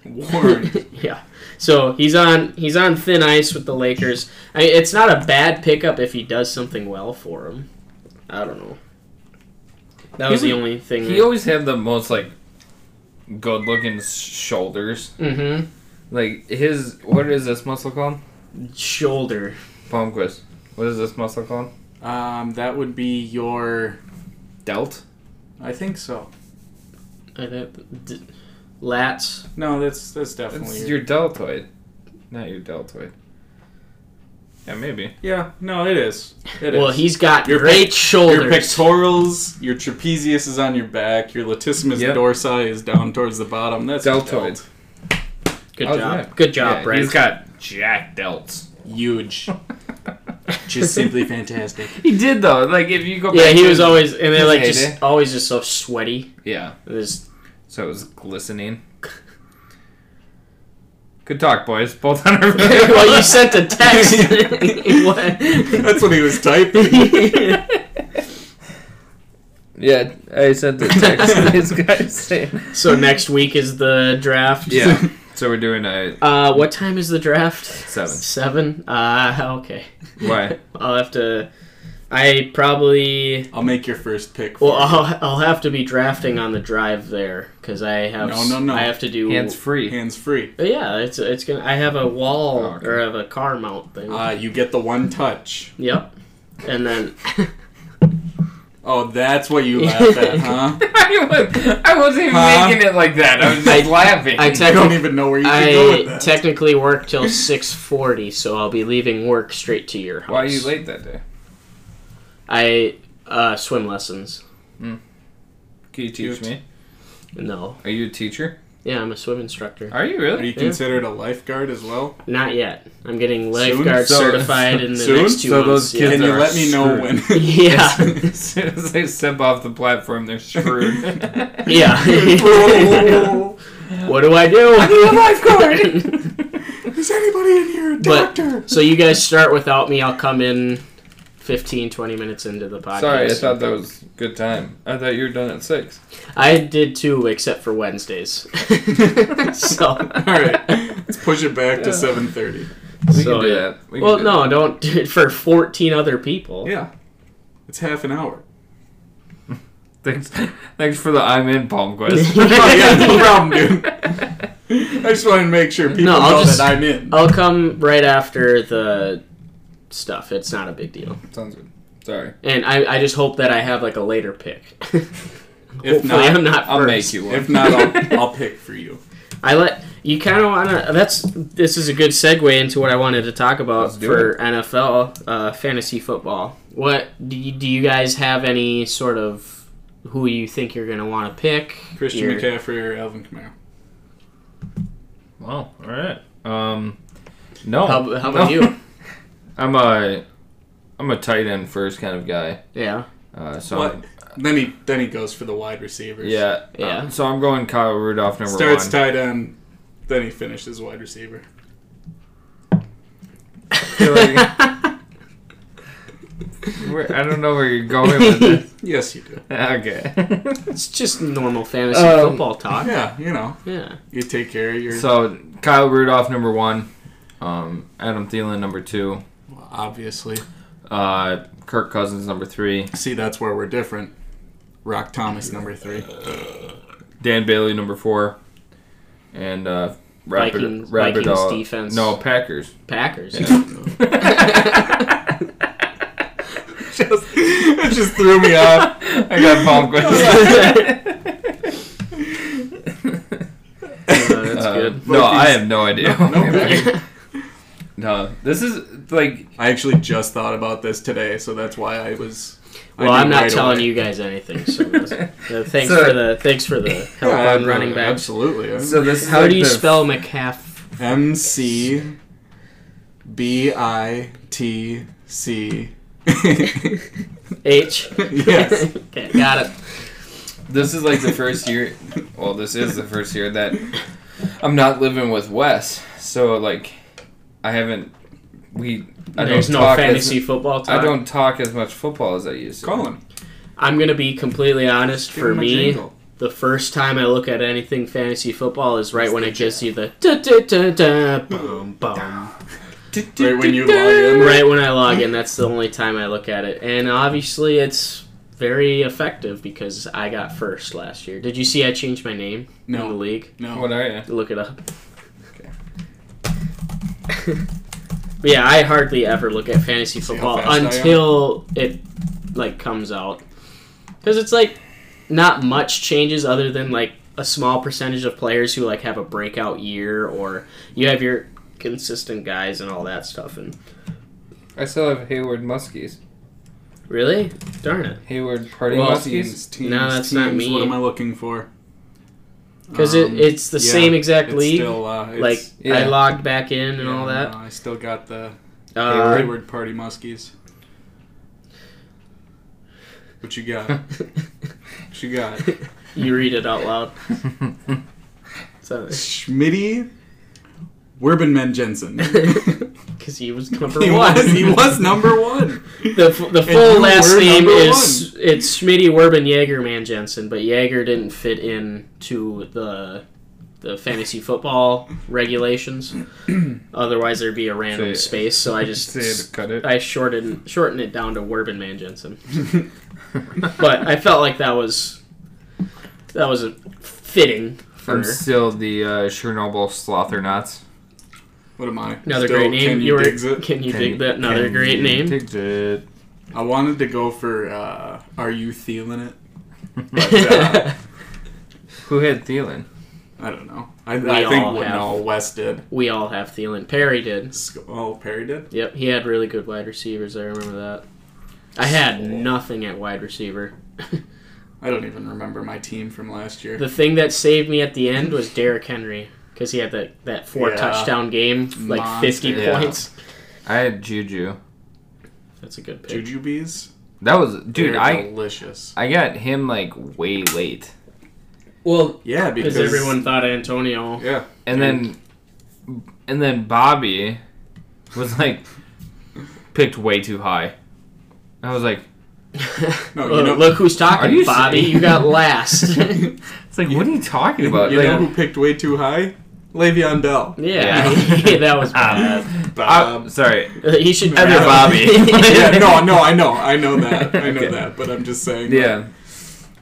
S4: Warned.
S3: Yeah. So he's on he's on thin ice with the Lakers. I mean, it's not a bad pickup if he does something well for him. I don't know. That was
S2: He's
S3: the
S2: a-
S3: only thing.
S2: He always had the most like good looking shoulders.
S3: mm-hmm.
S2: Like his what is this muscle called?
S3: shoulder.
S2: Palmquist. What is this muscle called?
S4: Um, that would be your.
S2: Delt.
S4: I think so.
S3: I don't- d- lats.
S4: No, that's that's
S2: It's
S4: definitely your.
S2: your deltoid, not your deltoid. Yeah, maybe.
S4: Yeah, no, it is. It is.
S3: well, he's got
S4: Your
S3: great
S4: pic-
S3: shoulders.
S4: Your pectorals, your trapezius is on your back, your latissimus
S2: Yep.
S4: dorsi is down towards the bottom. That's your
S2: Deltoid.
S4: delt.
S3: Good
S2: How's
S3: job.
S2: that?
S3: Good job,
S2: Yeah,
S3: Brent.
S2: He's got jack delts.
S4: Huge. Just simply fantastic.
S2: He did though. Like if you go.
S3: yeah,
S2: back
S3: he
S2: to-
S3: was always and they
S2: his
S3: like
S2: heyday.
S3: just always just so sweaty.
S2: Yeah.
S3: It was-
S2: So it was glistening. Good talk, boys. Both on our.
S3: well, you sent a text. What?
S4: That's what he was typing.
S2: yeah, I sent the text to these guys saying.
S3: so next week is the draft.
S2: Yeah. So we're doing a
S3: Uh, what time is the draft? Seven.
S2: seven.
S3: Seven. Uh, okay.
S2: Why?
S3: I'll have to. I probably.
S4: I'll make your first pick. For
S3: Well, I'll, I'll have to be drafting on the drive there because I have.
S4: No, no, no.
S3: I have to do
S2: Hands
S4: you.
S2: free.
S4: hands free.
S3: But yeah, it's it's gonna. I have a wall
S2: Oh, okay.
S3: or I have a car mount thing.
S4: Uh, you get the one touch.
S3: yep. And then
S4: Oh, that's what you laughed at, huh?
S2: I, was, I wasn't even
S4: Huh?
S2: making it like that. I was just
S3: I-
S2: laughing.
S3: I
S4: I
S3: tec-
S4: don't even know where you can go with
S3: I
S4: that.
S3: technically work till six forty, so I'll be leaving work straight to your house.
S2: Why are you late that day?
S3: I uh, swim lessons.
S2: Can you
S4: Cute.
S2: teach me?
S3: No.
S2: Are you a teacher?
S3: Yeah, I'm a swim instructor.
S2: Are you
S4: Are
S2: really?
S4: you considered a lifeguard as well?
S3: Not yet. I'm getting lifeguard
S2: So-
S3: certified in the
S4: Soon?
S3: next two
S2: So
S3: months.
S2: those
S3: yeah.
S2: kids
S4: Can you
S2: are
S4: let me know
S2: screwed.
S4: when?
S3: yeah.
S2: As soon as they step off the platform, they're screwed.
S3: yeah. what do I do?
S4: Is anybody in here a
S3: But-
S4: doctor?
S3: So you guys start without me. I'll come in 15, 20 minutes into the podcast.
S2: Sorry, I thought that was good time. I thought you were done at six.
S3: I did too, except for Wednesdays. so,
S4: All right, let's push it back to
S2: Yeah.
S4: 7:30.
S2: We
S3: So,
S2: can do
S3: yeah.
S2: that. We can
S3: well,
S2: do
S3: no, don't do it for 14 other people.
S4: Yeah, it's half an hour.
S2: that. Thanks, thanks for the I'm in palm quest.
S4: Oh, yeah, no problem, dude. I just wanted to make sure people
S3: No, I'll
S4: know
S3: just-
S4: that I'm in.
S3: I'll come right after the stuff. It's not a big deal.
S2: Sounds good. Sorry,
S3: And I, I just hope that I have like a later pick.
S4: If
S3: Hopefully,
S4: not,
S3: I'm not
S2: I'll
S3: first.
S2: make you one.
S4: if not, I'll, I'll pick for you.
S3: I let you kind of want to. That's this is a good segue into what I wanted to talk about
S2: Let's do
S3: for NFL uh, fantasy football. What do you, do you guys have any sort of who you think you're going to want to pick?
S4: Christian
S3: Your-
S4: McCaffrey or Alvin Kamara.
S2: well, all right. Um, no.
S3: How, how about
S2: No.
S3: you?
S2: I'm a, I'm a tight end first kind of guy.
S3: Yeah,
S2: Uh, so
S4: What?
S2: I'm-
S4: Then he then he goes for the wide receivers.
S2: yeah,
S3: Yeah.
S2: um, so I'm going Kyle Rudolph number
S4: starts
S2: one.
S4: tight end, then he finishes wide receiver.
S2: feel like- Where- I don't know where you're going with this.
S4: Yes, you do.
S2: Okay.
S3: it's just normal fantasy
S2: Um,
S3: football talk. Yeah.
S4: Yeah, you know, you take care of your
S2: So Kyle Rudolph number one, um, Adam Thielen number two,
S4: well, obviously.
S2: uh, Kirk Cousins number three,
S4: See, that's where we're different. Rock Thomas number three.
S2: Dan Bailey number four, and uh, Rapid,
S3: Vikings-
S2: Rapid,
S3: Vikings
S2: uh,
S3: defense.
S2: No Packers.
S3: Packers.
S4: just, it just threw me off.
S2: I got bomb questions. Uh, No, I
S4: Loki's-
S2: have no idea.
S4: No way.
S2: No, this is like
S4: I actually just thought about this today, so that's why I was. I
S3: well,
S4: knew
S3: I'm not
S4: right
S3: telling
S4: away.
S3: you guys anything. So that's- uh, thanks
S2: So-
S3: for the thanks for the help
S4: Yeah,
S3: on
S4: no,
S3: running backs.
S4: Absolutely.
S2: so. This is
S3: How
S2: like
S3: do you
S2: the-
S3: spell McCaff?
S4: M C B I T C.
S3: H.
S4: Yes.
S3: okay, got it.
S2: This is like the first year. Well, this is the first year that I'm not living with Wes. So like, I haven't. We. I
S3: There's
S2: don't
S3: no
S2: talk
S3: fantasy
S2: As,
S3: football
S2: I
S3: talk.
S2: don't talk as much football as I used to.
S4: Colin.
S3: I'm gonna be completely honest.
S4: give
S3: for
S4: him a
S3: me,
S4: jingle.
S3: the first time I look at anything fantasy football is right when it gives you the da da da da boom boom.
S4: Um, Right when you log in.
S3: Right when I log in, that's the only time I look at it, and obviously it's very effective because I got first last year. Did you see I changed my name in the
S4: No.
S3: league?
S2: What
S4: No.
S2: are you?
S3: Look it up. but yeah, I hardly ever look at fantasy
S4: See how
S3: football
S4: fast I am?
S3: until it like comes out, because it's like not much changes other than like a small percentage of players who like have a breakout year or you have your consistent guys and all that stuff. And
S2: I still have Hayward Muskies.
S3: really, darn it,
S2: Hayward Party
S3: Well,
S2: Muskies.
S4: Teams, teams,
S3: No, that's not
S4: teams,
S3: me.
S4: What am I looking for?
S3: because
S4: Um,
S3: it, it's the
S4: yeah,
S3: same exact
S4: it's
S3: league.
S4: Still, uh, it's-
S3: like I
S2: Yeah.
S3: logged back in and
S4: yeah,
S3: all
S4: no,
S3: that.
S4: I still got the
S3: Uh,
S4: Hayward Party Muskies. What you got? what you got?
S3: you read it out loud. So.
S4: Schmitty Werbenman Jensen.
S3: Because he was number
S4: he
S3: one.
S4: was he was number one.
S3: The, f- the
S4: And
S3: full
S4: you
S3: last
S4: were
S3: name
S4: number
S3: is it's Schmitty Werben Jaeger Man Jensen, but Jaeger didn't fit in to the the fantasy football regulations. Otherwise, there'd be a random
S2: So-
S3: space. So I just
S2: Say to cut it.
S3: I shortened shortened it down to Werben Man Jensen. but I felt like that was that was a fitting for
S2: I'm still the uh, Chernobyl Slothernauts.
S4: What am I?
S3: another
S4: Still,
S3: great name.
S4: Can you,
S3: were-
S4: digs it?
S3: Can you
S2: Can-
S3: dig that? Another
S2: can
S3: great
S2: you
S3: name.
S2: dig it?
S4: I wanted to go for uh, Are You Feeling It? But, uh,
S2: Who had Thielen?
S4: I don't know. I, I think
S3: all have.
S4: no, West did.
S3: we all have Thielen. Perry did.
S4: Sc- Oh, Perry did?
S3: Yep, he had really good wide receivers. I remember that. I had nothing at wide receiver.
S4: I don't even remember my team from last year.
S3: The thing that saved me at the end was Derrick Henry because he had that, that four
S4: Yeah.
S3: touchdown game, like
S4: Monster.
S3: 50
S2: Yeah.
S3: points.
S2: I had Juju.
S3: That's a good pick.
S4: Juju Bees?
S2: That was dude.
S4: They're
S2: I
S4: delicious.
S2: I got him like way late,
S3: Well,
S4: Yeah, because
S3: because everyone thought Antonio.
S4: Yeah,
S2: and then and then Bobby was like picked way too high. I was like,
S4: no,
S3: Oh,
S4: you know,
S3: look who's talking,
S2: Are you
S3: Bobby.
S2: serious?
S3: You got last. yeah,
S2: it's like, what are you talking about?
S4: you
S2: Like,
S4: know who picked way too high? Le'Veon Bell.
S2: Yeah.
S3: that was bad.
S2: I-
S4: Bob.
S2: sorry,
S3: he should.
S2: other Bobby.
S4: yeah, no, no, I know, I know that, I know
S2: Okay.
S4: that, but I'm just saying. like,
S2: yeah,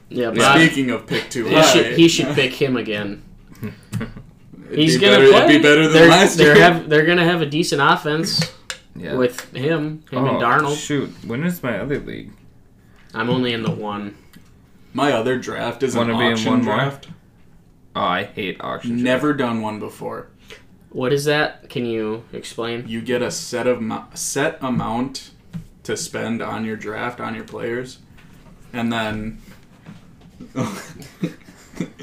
S3: yeah, Bob.
S4: Speaking of pick too
S3: He
S4: high,
S3: should, he should pick him again.
S4: it'd
S3: He's
S4: be
S3: gonna
S4: better,
S3: play.
S4: It'd be better than
S3: they're,
S4: last
S3: they're
S4: year.
S3: Have, they're gonna have a decent offense.
S2: yeah.
S3: with him, him
S2: Oh,
S3: and Darnold.
S2: Shoot, when is my other league?
S3: I'm only in the one.
S4: My other draft is an
S2: Wanna be in
S4: auction
S2: one more?
S4: draft.
S2: Oh, I hate auction.
S4: Never done one before.
S3: What is that? Can you explain?
S4: You get a set of mo- set amount to spend on your draft on your players, and then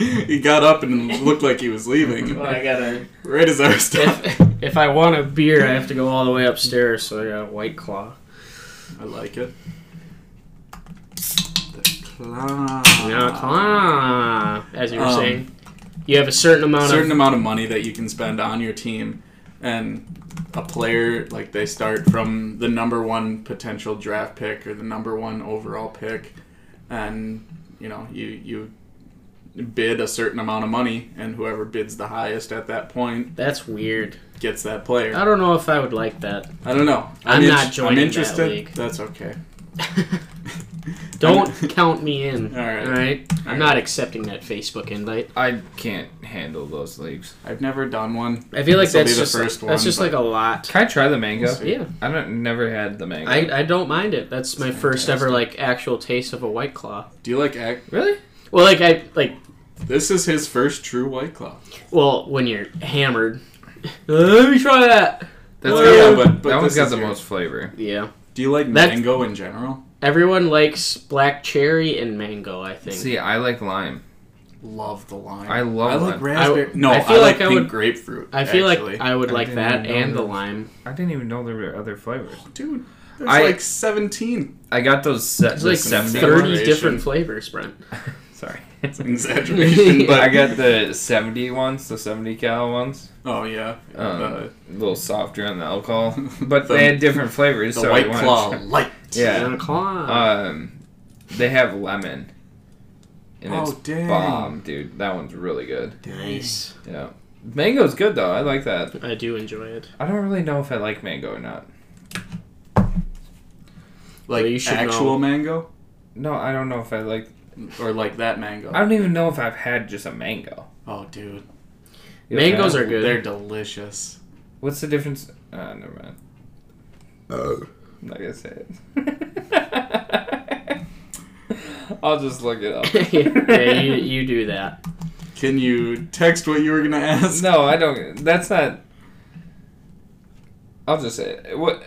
S4: he got up and looked like he was leaving.
S3: gotta.
S4: Right as I was done.
S3: If, if I want a beer, I have to go all the way upstairs. So I got a White Claw.
S4: I like it. The claw.
S3: Now, Claw, as you were
S4: Um,
S3: saying, you have a certain amount
S4: certain
S3: of.
S4: amount of money that you can spend on your team and a player like they start from the number one potential draft pick or the number one overall pick and you know you you bid a certain amount of money and whoever bids the highest at that point
S3: That's weird.
S4: gets that player
S3: I don't know if I would like that.
S4: i don't know
S3: I'm not joining that
S4: interested
S3: league.
S4: that's okay
S3: Don't count me in.
S4: all right.
S3: All right, I'm
S4: All
S3: not accepting that Facebook invite.
S2: I can't handle those leagues.
S4: i've never done one
S3: I feel like
S4: This'll be
S3: that's
S4: the
S3: just
S4: first one,
S3: that's just
S4: but-
S3: like a lot.
S2: Can I try the mango?
S3: Yeah,
S2: I don't never had the mango.
S3: I, I don't mind it. That's my first ever like actual taste of a White Claw.
S4: do you like ac-
S2: really?
S3: Well, like I like
S4: This is his first true White Claw.
S3: Well, when you're hammered. Let me try that.
S2: That's
S3: Well,
S2: got,
S4: yeah, but- but
S2: that
S4: this
S2: one's got
S4: is
S2: the
S4: your-
S2: most flavor.
S3: Yeah.
S4: Do you like
S3: That's-
S4: mango in general?
S3: Everyone likes black cherry and mango, I think.
S2: See, I like lime.
S4: Love the lime.
S2: I love
S4: I like
S2: lime.
S4: raspberry.
S3: I-
S4: no,
S3: I
S4: I,
S3: feel
S4: like,
S3: like I
S4: pink
S3: would-
S4: grapefruit.
S3: I feel
S4: actually.
S3: like I would
S2: I
S3: like
S2: didn't
S3: that
S2: know
S3: and the
S2: that.
S3: lime.
S2: I didn't even know there were other flavors.
S4: dude. There's
S2: I-
S4: like 17.
S2: I got those set
S3: It's
S2: the
S3: like
S2: seventy.
S3: thirty
S4: Generation.
S3: different flavors, Brent.
S2: Sorry.
S4: Exaggeration,
S2: but
S4: but
S2: I got the 70 ones, the 70 cal ones.
S4: oh yeah,
S2: Um,
S4: Uh,
S2: a little softer on the alcohol. But
S4: The-
S2: they had different flavors.
S4: the
S2: so I
S4: White
S2: wanted
S4: Claw
S2: to-
S4: light.
S2: Yeah.
S3: Claw.
S2: Um, they have lemon. And it's
S4: Oh, dang.
S2: bomb, dude. That one's really good.
S3: nice.
S2: Yeah. Mango's good, though. I like that.
S3: I do enjoy it.
S2: I don't really know if I like mango or not.
S4: like
S3: Well, you should
S4: actual
S3: know.
S4: mango
S2: No, I don't know if I like.
S4: or like that mango.
S2: I don't even know if I've had just a mango.
S4: oh dude,
S2: You
S3: Mangoes
S2: have?
S3: are good.
S4: they're delicious.
S2: What's the difference? Uh, never mind.
S4: Oh.
S2: I'm not gonna say it. I'll just look it up.
S3: yeah, you, you do that.
S4: Can you text what you were gonna ask?
S2: no, I don't. That's not. I'll just say it. What?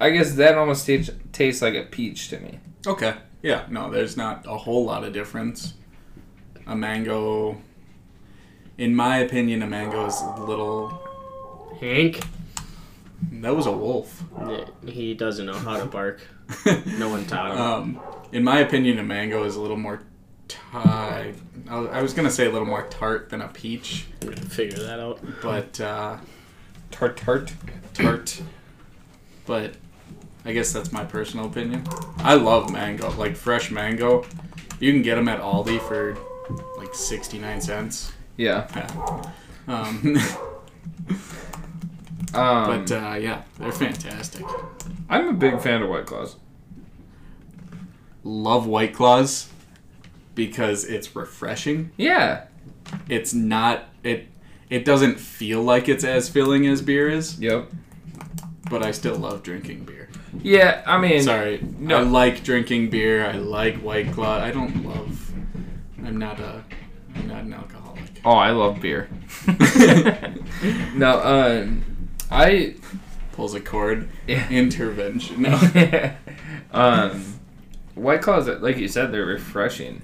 S2: I guess that almost tastes tastes like a peach to me.
S4: Okay. Yeah. No, there's not a whole lot of difference. A mango, in my opinion, a mango is a little.
S3: Hank,
S4: That was a wolf.
S3: he doesn't know how to bark. No one taught him.
S4: Um, in my opinion, a mango is a little more. ti- I I was gonna say a little more tart than a peach,
S3: I'm gonna figure that out.
S4: but uh,
S2: Tart tart.
S4: tart. But I guess that's my personal opinion. I love mango, like fresh mango. You can get them at Aldi for like sixty nine cents.
S2: Yeah.
S4: Yeah. Um,
S2: Um,
S4: but uh, yeah, they're fantastic.
S2: I'm a big fan of White Claws.
S4: Love White Claws because it's refreshing.
S2: Yeah.
S4: It's not it. It doesn't feel like it's as filling as beer is,
S2: Yep.
S4: but I still love drinking beer.
S2: Yeah. I mean,
S4: Sorry,
S2: no.
S4: I like drinking beer. I like White Claw. I don't love. I'm not a. I'm not an alcoholic.
S2: Oh, I love beer. no, um, I
S4: Pulls a cord.
S2: Yeah.
S4: Intervention. No.
S2: um, White Claws, like you said, they're refreshing,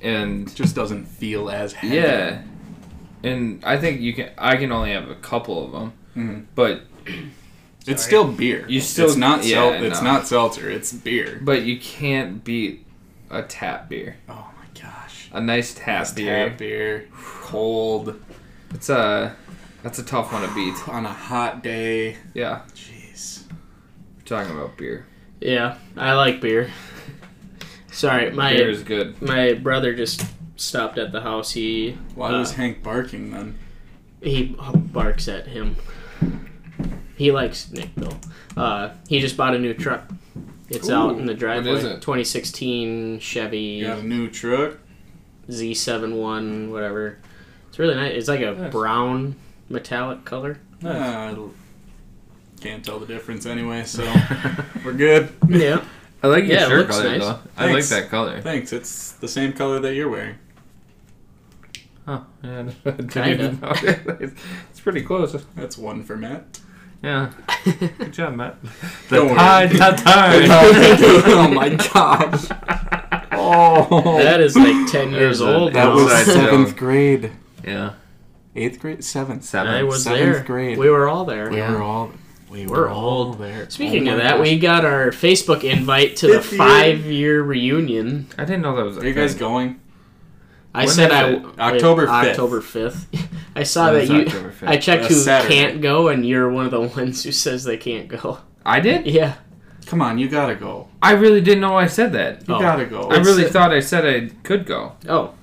S2: and
S4: Just doesn't feel as heavy.
S2: yeah, and I think you can. I can only have a couple of them,
S4: Mhm.
S2: but
S4: It's still beer.
S2: You still-
S4: It's not.
S2: yeah,
S4: sel- it's
S2: no.
S4: not seltzer. It's beer.
S2: but you can't beat a tap beer.
S4: Oh my gosh.
S2: A nice tap
S4: Tap
S2: beer.
S4: beer. Cold
S2: It's a that's a tough one to beat.
S4: on a hot day.
S2: Yeah,
S4: Jeez.
S2: we're talking about beer.
S3: Yeah, I like beer. Sorry, my
S2: Beer is good.
S3: my brother just stopped at the house. He
S4: Why was Hank barking then?
S3: he barks at him. He likes Nick though. Uh, he just bought a new truck. It's out
S4: Ooh,
S3: in the driveway.
S2: is it?
S3: 2016 Chevy
S4: You got a new truck.
S3: Z71 whatever. It's really nice. It's like a
S2: Nice.
S3: brown metallic color.
S4: Uh, can't tell the difference anyway, so we're good.
S3: Yeah.
S2: I like your
S3: Yeah, it
S2: shirt
S3: looks
S2: color
S3: nice.
S2: though. I like
S4: Thanks.
S2: that color.
S4: Thanks. It's the same color that you're wearing.
S2: Oh, yeah, I didn't
S3: Kinda.
S2: even know. it's pretty close.
S4: That's one for Matt.
S2: Yeah, good job, Matt.
S4: Don't worry.
S2: oh
S4: oh my gosh.
S2: Oh,
S3: That is like 10 years
S2: There's a-
S3: old.
S2: that
S3: now.
S2: was- Upside down.
S4: grade.
S2: yeah.
S4: Eighth grade? Seventh.
S2: Seven.
S3: I was
S4: Seventh
S3: there.
S4: grade.
S3: We were all there.
S4: We were all. We
S3: We're
S4: were all there.
S3: Speaking
S4: Oh
S3: of
S4: my
S3: that,
S4: gosh.
S3: we got our Facebook invite to the
S4: Fifth year.
S3: five-year reunion.
S2: I didn't know that was. A
S4: Are you guys
S2: thing.
S4: going?
S3: I
S2: When
S3: said
S2: is
S3: I
S2: it?
S4: October
S3: I-
S4: 5th.
S3: October fifth. I saw
S2: When
S3: that
S2: is
S3: you.
S2: October 5th?
S3: I checked
S4: That's
S3: who
S4: Saturday.
S3: can't go, and you're one of the ones who says they can't go.
S2: I did.
S3: Yeah,
S4: Come on, you gotta go.
S2: I really didn't know I said that.
S4: You
S3: Oh.
S4: gotta go.
S2: I
S3: It's
S2: really
S3: a-
S2: thought I said I could go.
S3: Oh,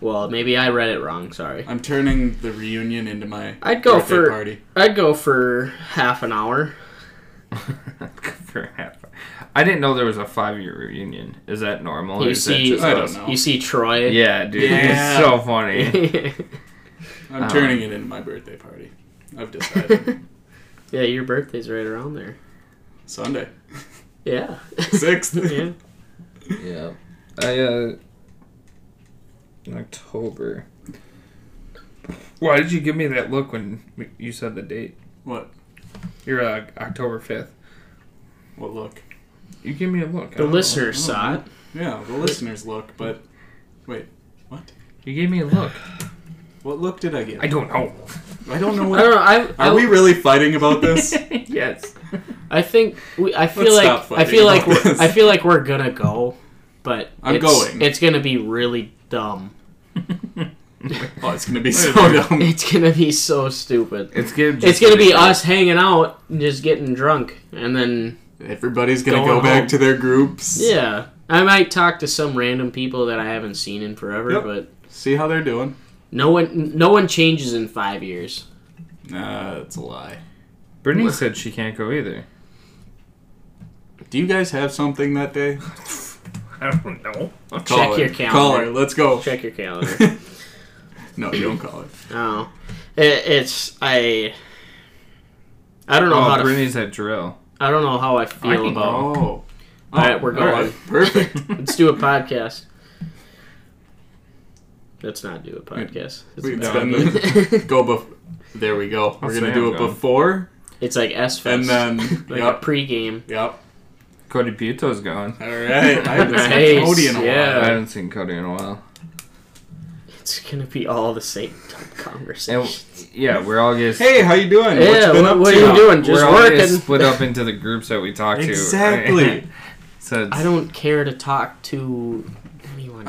S3: well, maybe I read it wrong. Sorry.
S4: I'm turning the reunion into my
S3: I'd go
S4: birthday
S3: for-
S4: party.
S3: I'd go for half an hour.
S2: For half. I didn't know there was a five-year reunion. Is that normal?
S3: You
S2: or is that
S3: see-
S2: just
S4: I don't
S2: us?
S4: know.
S3: You see Troy.
S2: Yeah, dude,
S4: Yeah.
S2: it's so funny.
S3: Yeah.
S4: I'm
S3: Oh.
S2: Um,
S4: turning it into my birthday party. I've decided.
S3: yeah, your birthday's right around there.
S4: Sunday.
S3: Yeah.
S4: Sixth.
S3: yeah.
S2: yeah, I uh, in October. Why did you give me that look when we- you said the date?
S4: What?
S2: You're uh, October 5th.
S4: What look?
S2: You give me a look.
S4: Oh,
S2: I
S3: The
S2: don't know.
S3: listener saw it.
S4: Yeah, the listeners look, but wait, what?
S2: You gave me a look.
S4: What look did I get?
S2: I don't know.
S4: I don't know
S3: I
S4: what.
S3: don't know. I, I,
S4: Are we really fighting about this?
S2: yes.
S3: I think we, I feel
S4: Let's
S3: like
S4: stop
S3: I
S4: fighting
S3: feel like
S4: about
S3: we're,
S4: this.
S3: I feel like we're gonna go, but
S4: I'm
S3: it's,
S4: going.
S3: It's gonna be really dumb.
S4: Oh, it's gonna be so dumb.
S3: It's gonna be so stupid.
S2: It's good.
S3: It's gonna be us hanging out, and just getting drunk, and then
S4: Everybody's gonna
S3: Going
S4: go back
S3: home.
S4: to their groups.
S3: yeah, I might talk to some random people that I haven't seen in forever,
S4: Yep.
S3: but
S4: See how they're doing.
S3: no one no one changes in five years.
S4: Nah, that's a lie.
S2: Brittany said she can't go either.
S4: Do you guys have something that day?
S2: I don't know.
S4: Call
S3: your
S4: her.
S3: calendar.
S4: Call her. Let's go.
S3: Check your calendar.
S4: No, you don't call her.
S3: oh, it, it's I. I don't know how
S2: Oh,
S3: to.
S2: Brittany's at drill.
S3: I don't know how I feel
S2: I can
S3: about.
S2: go.
S4: Oh.
S3: All right, we're
S4: All right,
S3: going.
S4: Perfect.
S3: Let's do a podcast. Let's not do a podcast. It's,
S4: We can
S2: No,
S4: spend
S2: I mean-
S4: the- go bef- There we go.
S2: I'll
S4: We're
S2: say
S4: gonna
S2: I'm
S4: do it
S2: going.
S4: before
S3: it's like S
S4: and
S3: Fest.
S4: then.
S3: like a
S4: yep.
S3: pregame.
S4: Yep.
S2: Cody Pieto's going.
S4: All right. I haven't seen
S3: Nice,
S4: Cody in a while.
S3: yeah.
S2: I haven't seen Cody in a while.
S3: It's gonna be all the same type conversation.
S2: And yeah, we're all just
S4: Hey, how you doing? What's
S3: yeah,
S4: been
S3: what,
S4: up
S3: what
S4: to?
S3: are you doing? Just
S2: we're all
S3: working.
S2: just split up into the groups that we talk to. right?
S4: Exactly.
S2: so it's
S3: I don't care to talk to anyone.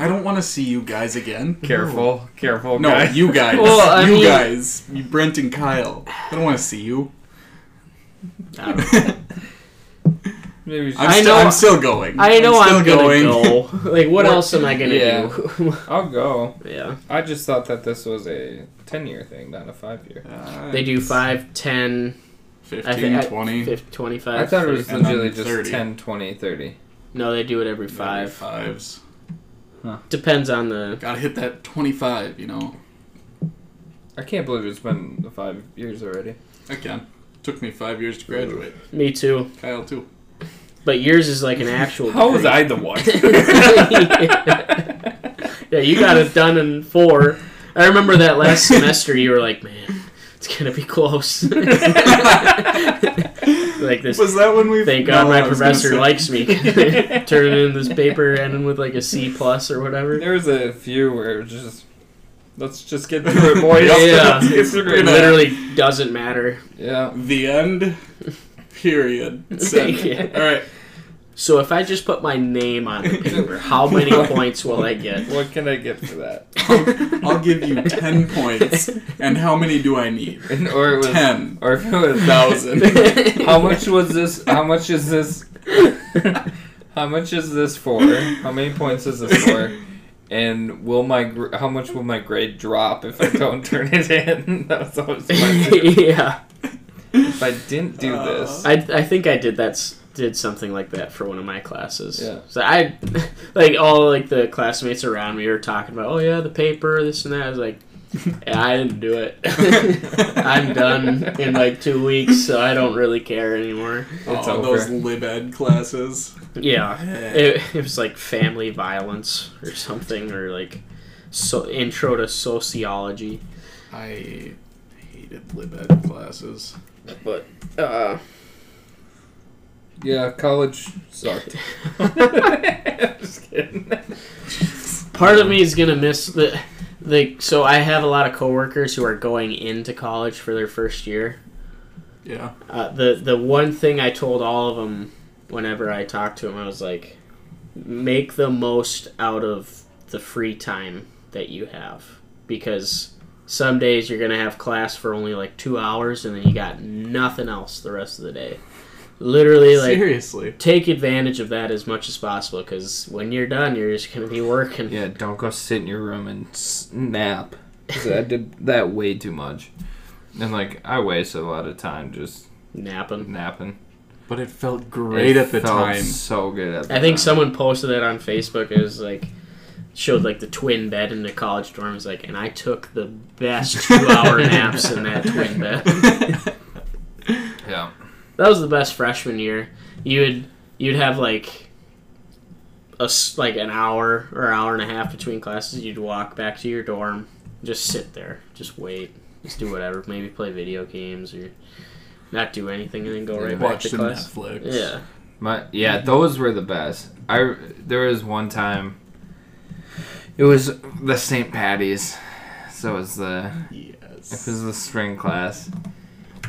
S4: I don't want to see you guys again.
S2: careful, careful.
S4: No,
S2: guy.
S4: you guys.
S3: Well, I
S4: you
S3: mean-
S4: guys. You Brent and Kyle. I don't want to see you.
S3: I, don't-
S2: Maybe we should-
S4: I'm,
S3: I
S4: I
S3: know-
S4: I'm still going.
S3: I know
S4: still
S3: I'm, gonna go. Like, what else am I gonna
S2: Yeah.
S3: do?
S2: I'll go.
S3: yeah,
S2: I just thought that this was a ten-year thing, not a five-year.
S4: Uh,
S3: they do 5, 10,
S4: 15,
S3: I think I-
S4: 20.
S3: 50, 25.
S2: I thought it was
S3: 30.
S4: And then
S2: literally just
S4: 30.
S2: 10, 20, 30.
S3: No, they do it every
S4: Five.
S3: five.
S4: Fives.
S3: Depends on the.
S4: Gotta hit that 25, you know.
S2: I can't believe it's been five years already.
S4: I can. Took me five years to graduate.
S3: Me too.
S4: Kyle, too.
S3: But yours is like an actual.
S2: How was
S3: degree.
S2: I the one?
S3: yeah, you got it done in four. I remember that last semester. You were like, "Man, it's gonna be close." like this.
S4: Was that when we...
S3: Thank
S4: No,
S3: God my
S4: I was gonna
S3: professor
S4: say-
S3: likes me. Turning in this paper ending with like a C plus or whatever.
S2: There was a few where it was just, let's just get through it, boys.
S3: Yeah.
S2: It's
S3: It
S2: great.
S3: literally doesn't matter.
S2: yeah.
S4: The end. Period. Send.
S3: Yeah.
S4: All right.
S3: So if I just put my name on the paper, how many points will I get?
S2: What can I get for that?
S4: I'll, I'll give you 10 points. And how many do I need?
S2: And, or it was,
S4: 10.
S2: or if it was
S4: Thousand.
S2: How much was this? How much is this? How much is this for? How many points is this for? And will my gr- how much will my grade drop if I don't turn it in? that was always my fear.
S3: yeah,
S2: If I didn't do this,
S3: I, I think I did that s- did something like that for one of my classes.
S2: Yeah.
S3: So I like all like the classmates around me were talking about, oh yeah, the paper, this and that. I was like, yeah, I didn't do it. I'm done in like two weeks, so I don't really care anymore.
S2: It's
S4: oh,
S2: over.
S4: those lib ed classes. Eh,
S3: Yeah, it, it was like family violence or something, or like so intro to sociology.
S4: I hated lib ed classes.
S3: But uh,
S2: yeah, college sucked. Just kidding.
S3: part of me is gonna miss the the. So I have a lot of coworkers who are going into college for their first year.
S4: Yeah.
S3: Uh, the the one thing I told all of them whenever I talked to them, I was like, make the most out of the free time that you have because some days you're gonna have class for only like two hours and then you got nothing else the rest of the day. Literally, like
S4: Seriously.
S3: take advantage of that as much as possible because when you're done, you're just gonna be working.
S2: Yeah, don't go sit in your room and s- nap. 'Cause I did that way too much, and like I waste a lot of time just
S3: Napping.
S2: napping.
S4: But it felt great
S2: It
S4: at the
S2: felt
S4: time.
S2: So good at the
S3: I think
S2: time.
S3: someone posted that on Facebook. It was like showed like the twin bed in the college dorm. It's like, and I took the best two hour naps in that twin bed.
S2: Yeah.
S3: That was the best freshman year. You would you'd have like a s like an hour or hour and a half between classes, you'd walk back to your dorm, just sit there, just wait, just do whatever, maybe play video games or not do anything, and then go right back
S4: Watch
S3: to
S4: some
S3: class.
S4: Netflix.
S3: Yeah,
S2: My yeah, those were the best. I there was one time. It was the St. Patty's, so it was the it
S4: Yes.
S2: was the spring class,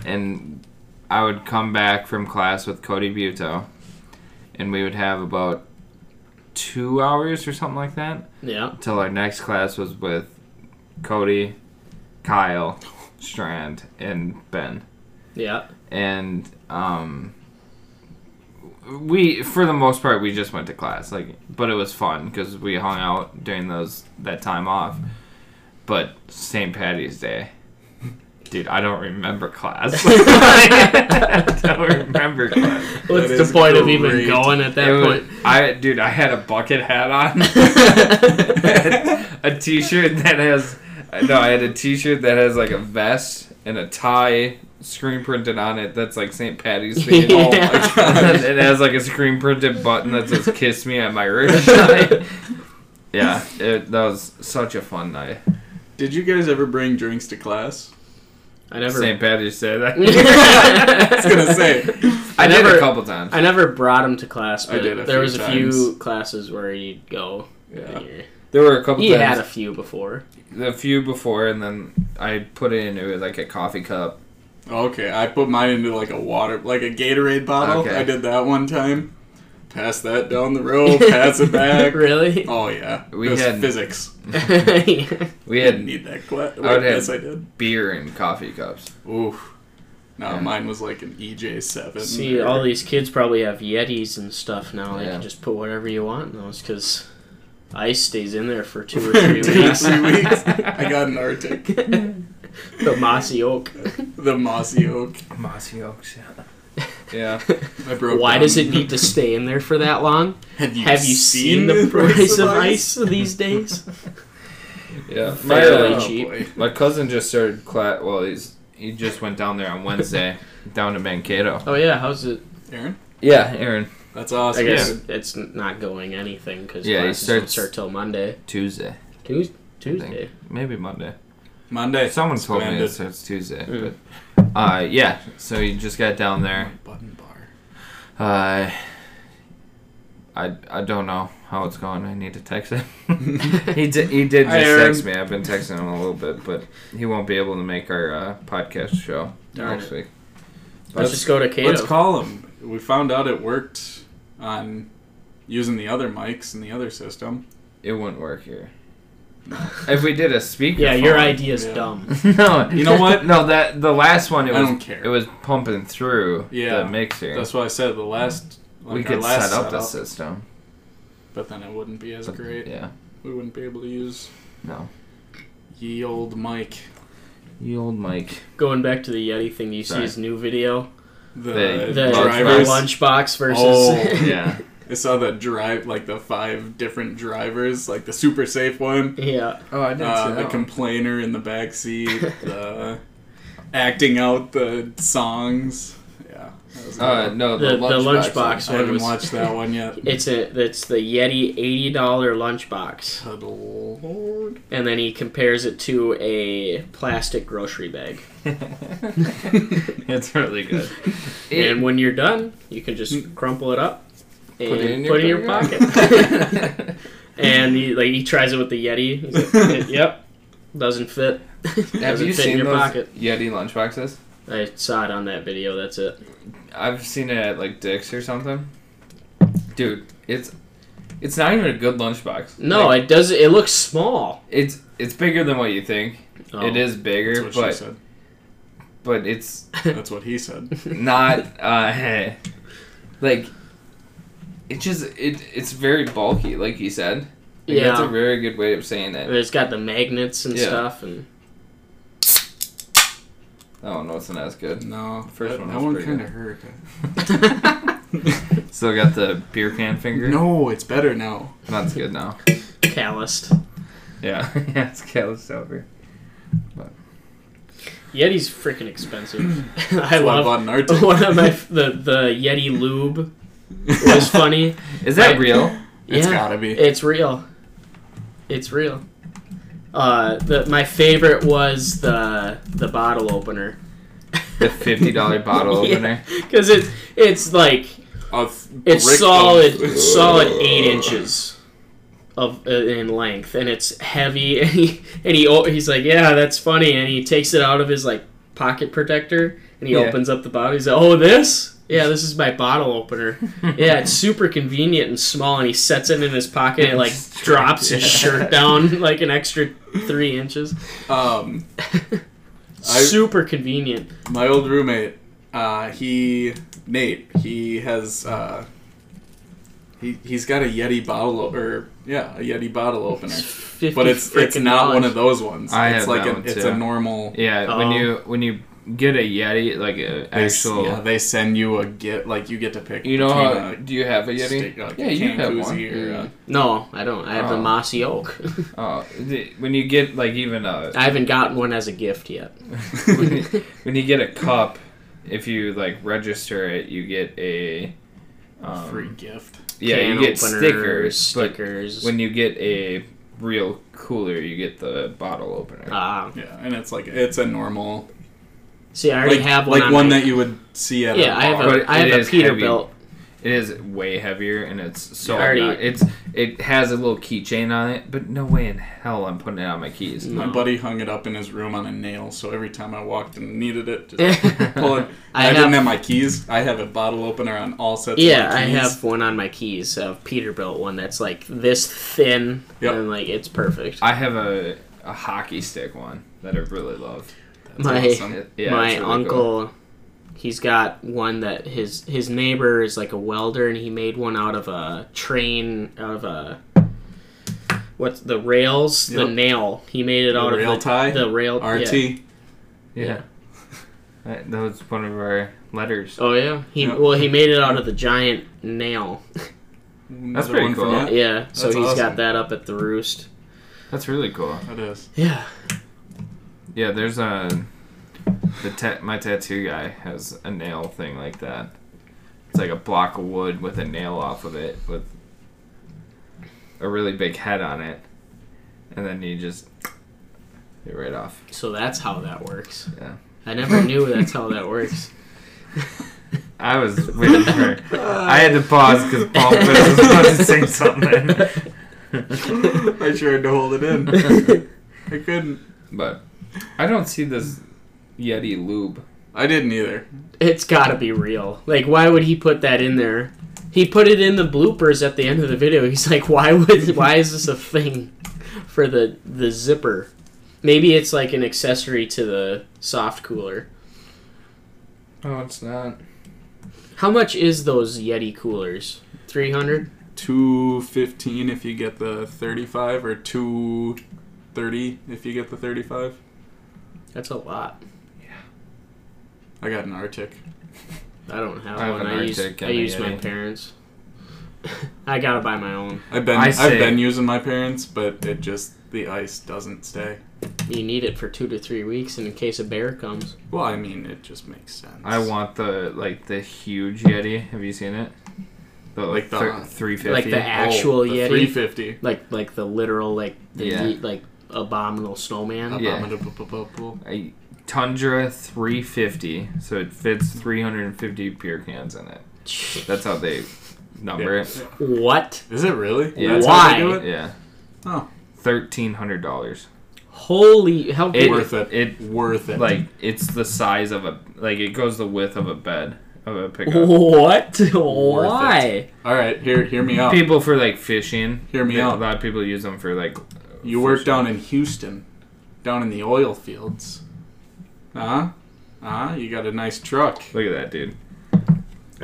S2: and I would come back from class with Cody Buto, and we would have about two hours or something like that
S3: yeah.
S2: until our next class was with Cody, Kyle, Strand, and Ben
S3: Yeah,
S2: and um we for the most part we just went to class like but it was fun because we hung out during those that time off but st patty's day dude i don't remember class i don't remember class
S3: what's
S4: That
S3: the
S4: is
S3: point of even
S4: great.
S3: going at that
S2: It was-
S3: point?
S2: i dude i had a bucket hat on a t-shirt that has no i had a t-shirt that has like a vest and a tie screen printed on it that's like st patty's theme
S3: Yeah.
S2: oh my god it has like a screen printed button that says kiss me at my wrist yeah it, that was such a fun night
S4: Did you guys ever bring drinks to class?
S3: I never.
S2: st patty's day that
S3: I
S4: I was gonna say.
S2: i,
S3: I
S2: did
S3: never-
S2: a couple times
S3: I never brought him to class,
S4: I
S3: but
S4: did a
S3: there
S4: few
S3: was a few
S4: times.
S3: classes where you'd go.
S4: Yeah.
S2: there were a couple
S3: He had
S2: times
S3: a few before.
S2: the few before and then i put it into like a coffee cup
S4: Okay, I put mine into like a water, like a Gatorade bottle.
S2: Okay.
S4: I did that one time. Pass that down the road, pass it back.
S3: really?
S4: Oh yeah,
S2: We
S4: it was
S2: had-
S4: physics.
S2: we
S4: I didn't
S2: had
S4: need that. Cla-
S2: I would have-
S4: yes, I did.
S2: beer in coffee cups
S4: Oof. No,
S2: Yeah.
S4: mine was like an EJ seven.
S3: See, all these kids probably have Yetis and stuff now. They
S2: Yeah.
S3: can just put whatever you want in those because ice stays in there for two or three
S4: three
S3: weeks.
S4: weeks. I got an Arctic,
S3: the mossy oak.
S4: the mossy oak.
S2: Mossy Oaks, yeah.
S4: I broke.
S3: Why
S4: down.
S3: does it need to stay in there for that long?
S4: Have you,
S3: Have you seen, the price of ice these days?
S2: Yeah. Yeah. My,
S3: Fairly
S2: uh,
S3: cheap.
S4: Oh, boy.
S2: my cousin just started class. Well, he's he just went down there on Wednesday, down to Mankato.
S3: Oh yeah, how's it?
S4: Aaron?
S2: Yeah, Aaron.
S4: That's awesome.
S3: I guess it's not going anything because
S2: Yeah, it
S3: classes don't
S2: starts-
S3: start till Monday,
S2: Tuesday,
S3: Tuesday.
S2: I think.
S3: Tuesday.
S2: maybe Monday.
S4: Monday.
S2: Someone told me
S4: Splendid.
S2: it starts Tuesday,
S3: Mm.
S2: but uh, yeah. So he just got down there.
S4: Button bar.
S2: Uh, I I don't know how it's going. I need to text him. he did he did just
S4: Hi, Aaron.
S2: text me. I've been texting him a little bit, but he won't be able to make our uh, podcast show
S3: Darn
S2: next
S3: it.
S2: week.
S3: Let's just go to
S4: Let's
S3: Cato.
S4: call him. We found out it worked on using the other mics and the other system.
S2: It wouldn't work here. If we did a speaker,
S3: yeah, your idea's
S4: Yeah.
S3: dumb.
S2: no,
S4: You know what?
S2: No, that the last one it
S4: I
S2: was
S4: don't care.
S2: it was pumping through
S4: Yeah,
S2: the mixer.
S4: That's why I said the last. Like
S2: we
S4: our
S2: could
S4: last
S2: set up the system.
S4: but then it wouldn't be as
S2: but-
S4: great.
S2: Yeah,
S4: We wouldn't be able to use
S2: no.
S4: ye old mic.
S2: You old Mike.
S3: Going back to the Yeti thing, you see
S2: Sorry.
S3: his new video.
S4: The,
S2: The-
S3: the,
S4: drivers.
S3: the lunchbox versus
S4: Oh.
S2: Yeah,
S4: I saw the drive, like the five different drivers, like the super safe one,
S3: yeah
S2: Oh, I didn't
S4: uh, the complainer in the back seat, the acting out the songs. Yeah. That was
S2: Uh,
S4: good.
S2: no, the,
S3: The- the
S2: lunchbox.
S3: lunchbox.
S4: I haven't watched that one yet.
S3: it's a it's the yeti $80 lunchbox
S4: Good lord.
S3: and then he compares it to a plastic grocery bag
S2: it's really good.
S3: and when you're done you can just crumple it up and
S2: Put it in your
S3: pocket,
S2: pocket.
S3: and he like he tries it with the yeti He's like, yep doesn't fit
S2: Have
S3: doesn't
S2: you
S3: fit in
S2: seen
S3: your
S2: those
S3: pocket
S2: Yeti lunchboxes?
S3: i saw it on that video that's it
S2: I've seen it at like Dick's or something. Dude, it's it's not even a good lunchbox.
S3: no
S2: Like,
S3: it does it looks small
S2: it's it's bigger than what you think.
S3: Oh.
S2: It is
S4: That's
S2: bigger,
S4: what she
S2: but
S4: said.
S2: but it's
S4: That's what he said.
S2: not uh, like it just it it's very bulky, like you said. Like, that's
S3: yeah
S2: a very good way of saying that.
S3: it's got the magnets and
S2: Yeah.
S3: stuff and
S2: Oh no, it's not as good.
S4: No,
S2: First
S4: that,
S2: one
S4: That
S2: was
S4: one
S2: pretty
S4: kind of hurt.
S2: Still got the beer can finger.
S4: No, it's better now.
S2: that's good now.
S3: calloused
S2: Yeah, yeah, it's callous over.
S3: Yeti's freaking expensive. I
S4: That's why I
S3: love
S4: bought an Arctic.
S3: one of my the the Yeti lube was funny.
S2: Is that
S3: I-
S2: real?
S4: It's
S3: Yeah.
S4: gotta be.
S3: It's real. It's real. Uh, the my favorite was the the bottle opener
S2: The fifty dollar bottle
S3: Yeah.
S2: opener.
S3: because it's it's like
S4: A brick of-
S3: it's solid solid eight inches of uh, in length and it's heavy and he and he o- he's like yeah that's funny and he takes it out of his like pocket protector and he
S2: Yeah.
S3: opens up the bottle he's like oh this yeah this is my bottle opener yeah it's super convenient and small and he sets it in his pocket and it like drops his shirt down like an extra three inches
S4: Um, I-
S3: super convenient
S4: my old roommate, uh, he Nate, he has uh, he he's got a Yeti bottle o- or yeah, a Yeti bottle opener,
S3: 50
S4: but it's it's
S3: frickin'
S4: not one
S3: dollars.
S4: of those ones.
S2: I
S4: it's
S2: have
S4: like
S2: that
S4: a,
S2: one,
S4: it's
S2: too.
S4: a normal
S2: Yeah, when
S3: Oh.
S2: you when you get a Yeti, like an
S4: they-
S2: actual,
S4: Yeah, they send you a get like you get to pick.
S2: you know,
S4: between
S2: how, do you have a
S4: a
S2: Yeti?
S4: stick, like
S2: yeah,
S4: a
S2: you
S4: can
S2: have
S4: koozie
S2: one.
S4: Or, uh,
S3: no i don't i have the
S2: Oh.
S3: mossy oak
S2: Oh, the, when you get like even a
S3: i haven't gotten one as a gift yet
S2: when, you, when you get a cup, if you like register it, you get a um,
S4: free gift.
S2: Yeah,
S3: can
S2: you get
S3: openers,
S2: stickers.
S3: stickers.
S2: But when you get a real cooler, you get the bottle opener.
S3: Ah.
S4: Yeah, and it's like it's a normal
S3: see, I already
S4: like,
S3: have one.
S4: like
S3: on
S4: one
S3: my-
S4: that you would see at
S3: Yeah,
S4: a
S3: I have
S4: bar.
S2: But
S3: a, I
S2: it
S3: have a
S2: is heavy.
S3: Peterbilt.
S2: It is way heavier, and it's so
S3: I already-
S2: obnox- it's it has a little keychain on it, but no way in hell I'm putting it on my keys.
S4: My
S3: No.
S4: buddy hung it up in his room on a nail, so every time I walked and needed it, just pull it. I,
S3: I
S4: didn't
S3: have-
S4: have my keys. I have a bottle opener on all sets.
S3: Yeah,
S4: of my
S3: I
S4: keys.
S3: have one on my keys, a Peterbilt one that's like this thin,
S4: Yep.
S3: and like it's perfect.
S2: I have a, a hockey stick one that I really love.
S3: my
S4: awesome.
S2: It- yeah,
S3: my
S2: it's really cool.
S3: uncle, he's got one that his his neighbor is like a welder, and he made one out of a train out of a what's the rails, the
S4: Yep.
S3: nail. He made it
S4: The
S3: out
S4: rail
S3: of the,
S4: tie?
S3: the rail
S4: RT.
S3: yeah.
S2: Yeah. That that was one of our letters.
S3: Oh yeah, he
S4: Yeah.
S3: well he made it out of the giant nail.
S4: Another
S2: pretty
S4: one for
S2: cool.
S4: you.
S3: Yeah, so
S4: That's
S3: he's
S4: awesome.
S3: got that up at the roost.
S2: That's really cool.
S4: That is.
S3: Yeah,
S2: Yeah, there's a the ta- my tattoo guy has a nail thing like that. It's like a block of wood with a nail off of it with a really big head on it, and then you just get right off.
S3: so that's how that works.
S2: Yeah.
S3: I never knew that's how that works.
S2: I was waiting for. I had to pause because Paul was about to say something,
S4: I tried to hold it in. I couldn't.
S2: but I don't see this Yeti lube.
S4: I didn't either.
S3: It's gotta be real. Like, why would he put that in there? He put it in the bloopers at the end of the video. He's like, why would why is this a thing for the the zipper? Maybe it's like an accessory to the soft cooler.
S2: Oh, it's not.
S3: How much is those Yeti coolers? Three hundred.
S4: Two fifteen if you get the thirty-five, or two thirty if you get the thirty-five.
S3: That's a lot.
S4: I got an Arctic.
S3: I don't have
S2: I have
S3: one.
S2: an
S3: I use
S2: Arctic
S3: I
S2: and a
S3: use my
S2: Yeti.
S3: parents. I gotta buy my own.
S4: I've been
S2: I
S4: I've
S2: say-
S4: been using my parents, but it just the ice doesn't stay.
S3: You need it for two to three weeks, and in case a bear comes,
S4: Well, I mean, it just makes sense.
S2: I want the like the huge Yeti. Have you seen it? The like
S4: Like the-
S2: the three fifty.
S3: like the actual
S4: the
S3: Yeti,
S4: 350.
S3: like like the literal like the
S2: Yeah.
S3: ye- like abominable snowman.
S2: Yeah.
S4: Abominable.
S2: a Tundra three fifty. So it fits three hundred and fifty beer cans in it. That's how they number it.
S3: What?
S4: Is it really?
S2: Yeah.
S4: That's how they do
S3: Why?
S4: it?
S2: Yeah.
S4: Oh.
S2: Thirteen hundred dollars.
S3: Holy! How big?
S4: Worth it.
S2: It
S4: Worth it.
S2: like it's the size of a like it goes the width of a bed of a pickup.
S3: what? Why?
S4: All right, hear hear me out.
S2: People for like fishing.
S4: Hear me
S2: They-
S4: out.
S2: A lot of people use them for like.
S4: You work down in Houston, down in the oil fields. Uh huh. Uh huh. You got a nice truck.
S2: Look at that, dude.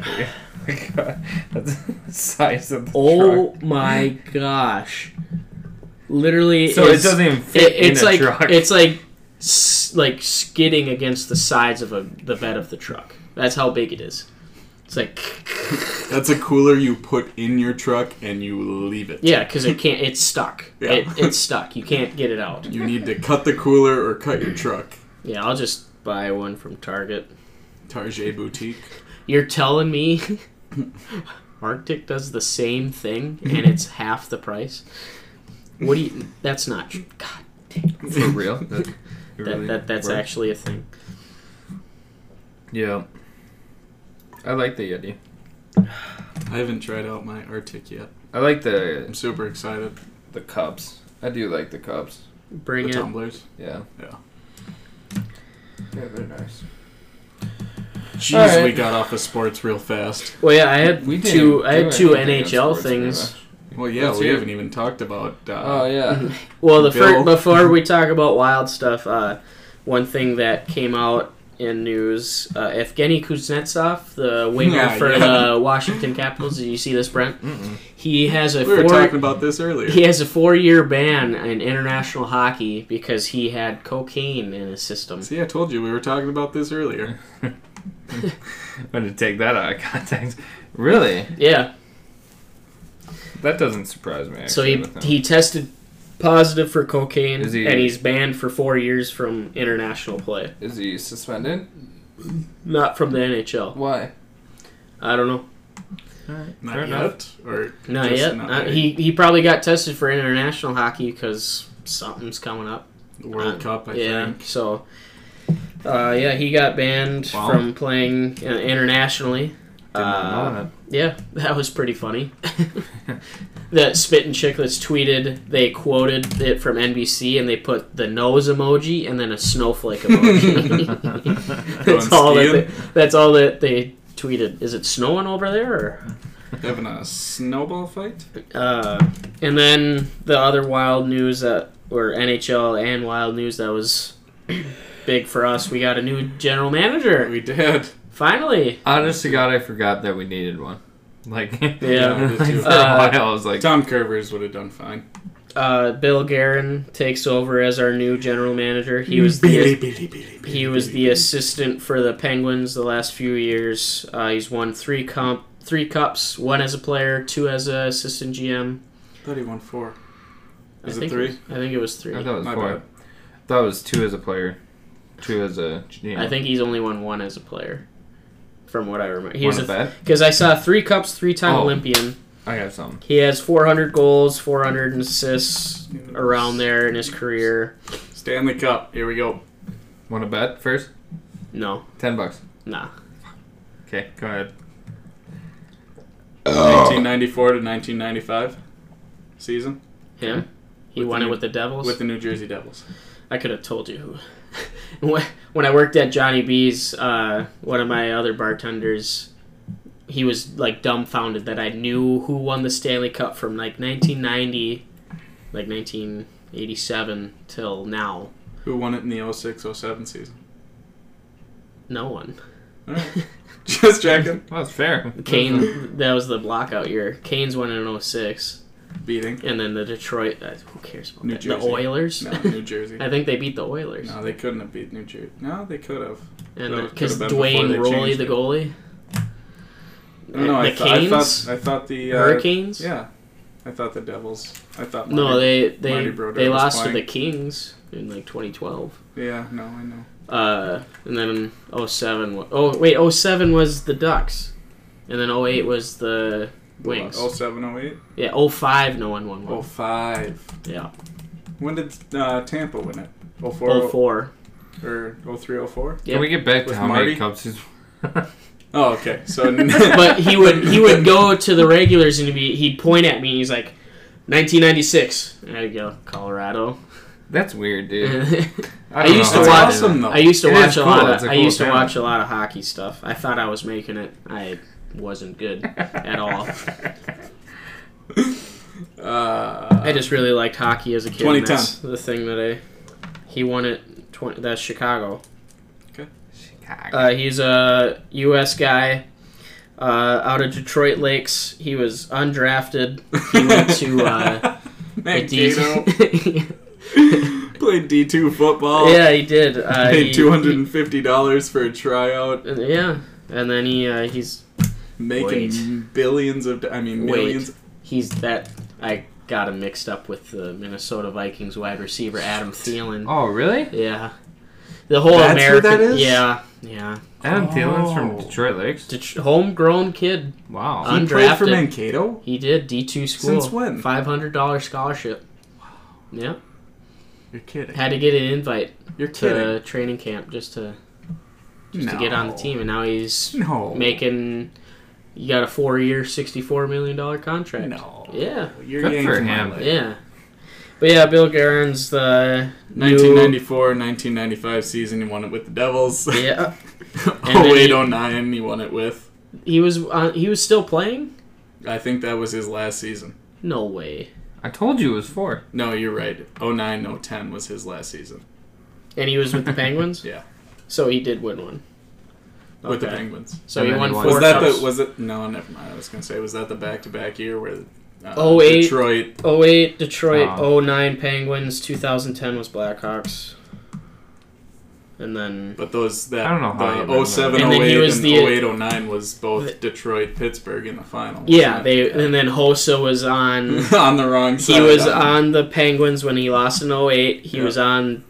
S2: That's the size of the truck.
S3: Oh my gosh! Literally,
S2: So
S3: it's-
S2: it doesn't even fit
S3: It, it's
S2: in a
S3: like
S2: truck.
S3: it's like s- like skidding against the sides of a, the bed of the truck. That's how big it is. It's like
S4: That's a cooler you put in your truck and you leave it.
S3: yeah, because it can't. It's stuck.
S4: Yeah.
S3: It, it's stuck. You can't get it out.
S4: You need to cut the cooler or cut your truck.
S3: Yeah, I'll just buy one from Target.
S4: Target Boutique.
S3: You're telling me Arctic does the same thing and it's half the price. What do you? That's not. tr- God,
S2: For real? That, it
S3: that,
S2: really
S3: that that's
S2: works?
S3: actually a thing.
S2: Yeah. I like the Yeti.
S4: I haven't tried out my Arctic yet.
S2: I like
S4: I'm
S2: the
S4: super excited.
S2: the cups. I do like the cups.
S3: Bring
S4: The
S3: it.
S4: tumblers.
S2: Yeah.
S4: Yeah.
S2: Yeah, they're nice.
S4: Jeez,
S2: All right.
S4: we got off of sports real fast.
S3: Well, yeah, I had
S2: We didn't
S3: two. I
S2: do
S3: had two
S2: anything on
S3: NHL
S2: sports very
S3: things.
S2: much.
S4: Well, yeah,
S2: Let's
S4: we
S2: hear it.
S4: haven't even talked about. Uh,
S2: Oh yeah.
S3: Well, the fir-
S4: Bill.
S3: before we talk about wild stuff, uh, one thing that came out in news: uh, Evgeny Kuznetsov, the winger
S4: Yeah,
S3: for
S4: yeah.
S3: the Washington Capitals. Did you see this, Brent? He has a
S4: we were
S3: four-
S4: talking about this earlier.
S3: he has a four-year ban in international hockey because he had cocaine in his system.
S4: See, I told you we were talking about this earlier.
S2: I'm gonna take that out of context. Really?
S3: Yeah,
S2: That doesn't surprise me.
S3: so
S2: actually,
S3: he
S2: with him.
S3: he tested positive for cocaine,
S2: Is he-
S3: and he's banned for four years from international play,
S2: is he suspended?
S3: not from the NHL.
S2: Why?
S3: I don't know.
S4: Not
S2: Fair
S4: yet,
S2: enough.
S4: or
S3: Not
S4: just
S3: yet.
S4: not
S3: Not-
S4: ready.
S3: he he probably got tested for international hockey because something's coming up.
S4: the World
S3: Uh,
S4: Cup. I
S3: yeah.
S4: think.
S3: So, uh, yeah, he got banned
S2: Wow.
S3: from playing uh, internationally.
S2: Did
S3: Uh,
S2: not know
S3: yeah, that was pretty funny. the Spit and Chicklets tweeted they quoted it from NBC and they put the nose emoji and then a snowflake emoji. that's
S4: Going
S3: all that
S4: skiing?
S3: they, that's all that they tweeted. Is it snowing over there? Or?
S4: Having a snowball fight.
S3: Uh, and then the other wild news that, or NHL and wild news that was big for us, we got a new general manager.
S4: We did.
S3: Finally.
S2: Honest to God, I forgot that we needed one. Like,
S3: Yeah.
S2: like, for
S3: Uh,
S2: a while, I was like,
S4: Tom Curvers would have done fine.
S3: Uh, Bill Guerin takes over as our new general manager. He was the,
S4: Billy, Billy, Billy,
S3: he was
S4: Billy.
S3: the assistant for the Penguins the last few years. Uh, he's won three comp, three cups, one as a player, two as a assistant GM.
S4: I thought he won four.
S3: I
S4: Is it
S3: think
S4: three?
S3: I think it was three.
S2: I thought it was
S4: My
S2: four.
S4: bad.
S2: I thought it was two as a player, two as a. You know,
S3: I think he's only won one as a player, from what I remember. He
S2: one
S3: was
S2: a
S3: a
S2: bet.
S3: Because I saw three cups, three time
S2: Oh.
S3: Olympian.
S2: I have some.
S3: He has 400 goals, 400 assists around there in his career.
S4: Stanley Cup. Here we go.
S2: Want to bet first?
S3: No,
S2: Ten bucks.
S3: nah.
S2: Okay, go ahead. Oh.
S4: Oh. 1994 to 1995 season
S3: Him? He
S4: With
S3: won
S4: the
S3: it
S4: new-
S3: with the Devils?
S4: with the New Jersey Devils.
S3: I could have told you. When- when I worked at Johnny B's, uh, one of my other bartenders, he was like dumbfounded that I knew who won the Stanley Cup from like 1990, like 1987 till now.
S4: Who won it in the 06-07 season?
S3: No one.
S4: All right. Just checking.
S2: Well, that's fair.
S3: Kane, that was the blockout year. Kane's won in 06.
S4: Beating.
S3: And then the Detroit. Uh, who cares about
S4: New
S3: that? The
S4: Jersey.
S3: Oilers.
S4: No, New Jersey.
S3: I think they beat the Oilers.
S4: No, they couldn't have beat New Jersey. No, they could have. that
S3: and
S4: could've
S3: because
S4: been before they
S3: Dwayne Rolley,
S4: changed
S3: the
S4: it.
S3: goalie.
S4: No, no, I,
S3: the
S4: thought I
S3: Canes?
S4: thought I thought the uh,
S3: Hurricanes.
S4: Yeah, I thought the Devils. I thought
S3: No,
S4: Marty-
S3: they they
S4: Marty Brodeur
S3: they
S4: was
S3: lost to
S4: playing.
S3: the Kings in like 2012.
S4: Yeah, no, I know.
S3: Uh, and then 07. wa- Oh wait, 07 was the Ducks, and then 08 was the Wings.
S4: Oh seven, oh eight,
S3: yeah, 05 no one won one.
S4: oh five.
S3: Yeah,
S4: When did uh, Tampa win it? Oh four,
S3: 04.
S4: or oh three, oh four.
S3: Yeah.
S2: Can we get back to
S4: With
S2: how
S4: Marty?
S2: many cups he's?
S4: Oh, okay. So,
S3: but he would he would go to the regulars and he'd be he'd point at me. and He's like, 1996. And I'd go Colorado.
S2: That's weird, dude.
S3: I
S2: I, don't
S3: used
S2: know
S3: to
S2: how
S3: watch
S2: he did
S4: them,
S2: that.
S4: though.
S3: used to
S2: It
S3: watch
S2: is
S3: a
S2: cool.
S3: lot.
S2: It's
S3: Of,
S2: a
S3: I
S2: cool
S3: used to
S2: channel.
S3: watch a lot of hockey stuff. I thought I was making it. I wasn't good at all. I
S4: uh,
S3: just really liked hockey as a kid. and
S4: 2010.
S3: That's the thing that I he won it. 20, that's Chicago.
S2: Chicago.
S3: Uh, he's a U.S. guy. Uh, out of Detroit Lakes, he was undrafted. He went to uh, the
S4: Mankato
S3: D-
S4: played D two
S2: Oh.
S4: football.
S3: Yeah, he did. Uh, he-
S4: Paid two hundred and fifty dollars for a tryout,
S3: he- Yeah, and then he uh, he's
S4: making
S3: Wait.
S4: billions of. I mean,
S3: Wait.
S4: millions.
S3: he's that I got him mixed up with the Minnesota Vikings wide receiver Adam Thielen.
S2: oh, really?
S3: Yeah, The whole
S4: That's who
S3: American.
S4: that is?
S3: Yeah, yeah.
S2: Adam Thielen's from
S4: Oh.
S2: Detroit Lakes.
S3: Det- homegrown kid.
S2: Wow.
S3: Uh,
S4: He played for
S3: Undrafted.
S4: Mankato.
S3: He did D two school.
S4: Since when?
S3: Five hundred dollar scholarship. Yeah,
S4: You're kidding.
S3: had to get an invite
S4: You're
S3: to
S4: kidding.
S3: training camp just to just to
S4: No.
S3: get on the team, and now he's
S4: No.
S3: making. You got a four year, sixty four million dollar contract.
S4: No.
S3: Yeah.
S4: You're
S2: Good
S4: getting
S2: for
S4: to my
S2: him.
S4: level.
S3: Yeah. But yeah, Bill Guerin's the new
S4: 1994 1995 season, he won it with the Devils. Oh,
S3: yeah. And then he-
S4: 08 09, he won it with.
S3: He was on, he was still playing.
S4: I think that was his last season.
S3: No way.
S2: I told you it was four.
S4: No, you're right. Oh, 09 010 was his last season
S3: And he was with the Penguins.
S4: Yeah.
S3: So he did win one.
S4: with the
S3: Okay.
S4: Penguins.
S3: So
S2: And
S3: he
S2: then
S3: won
S2: he
S3: four.
S2: won.
S4: Was that
S3: cups.
S4: the was it? No, never mind. I was gonna say was that the back to back year where uh,
S3: 08.
S4: Detroit
S3: 08 Detroit,
S2: Oh.
S3: 09 Penguins, 2010 was Blackhawks. And then
S4: But those that
S2: I don't know how you
S4: the
S2: remember
S4: 07,
S3: that. And then he
S4: 08,
S3: was
S4: and
S3: the-
S4: 08, 09 was both
S3: The-
S4: Detroit, Pittsburgh in the final.
S3: yeah,
S4: wasn't
S3: they
S4: it?
S3: and then Hosa was on
S4: on the wrong side.
S3: he was
S4: on-
S3: on the Penguins when he lost in 08. He
S4: Yeah.
S3: was on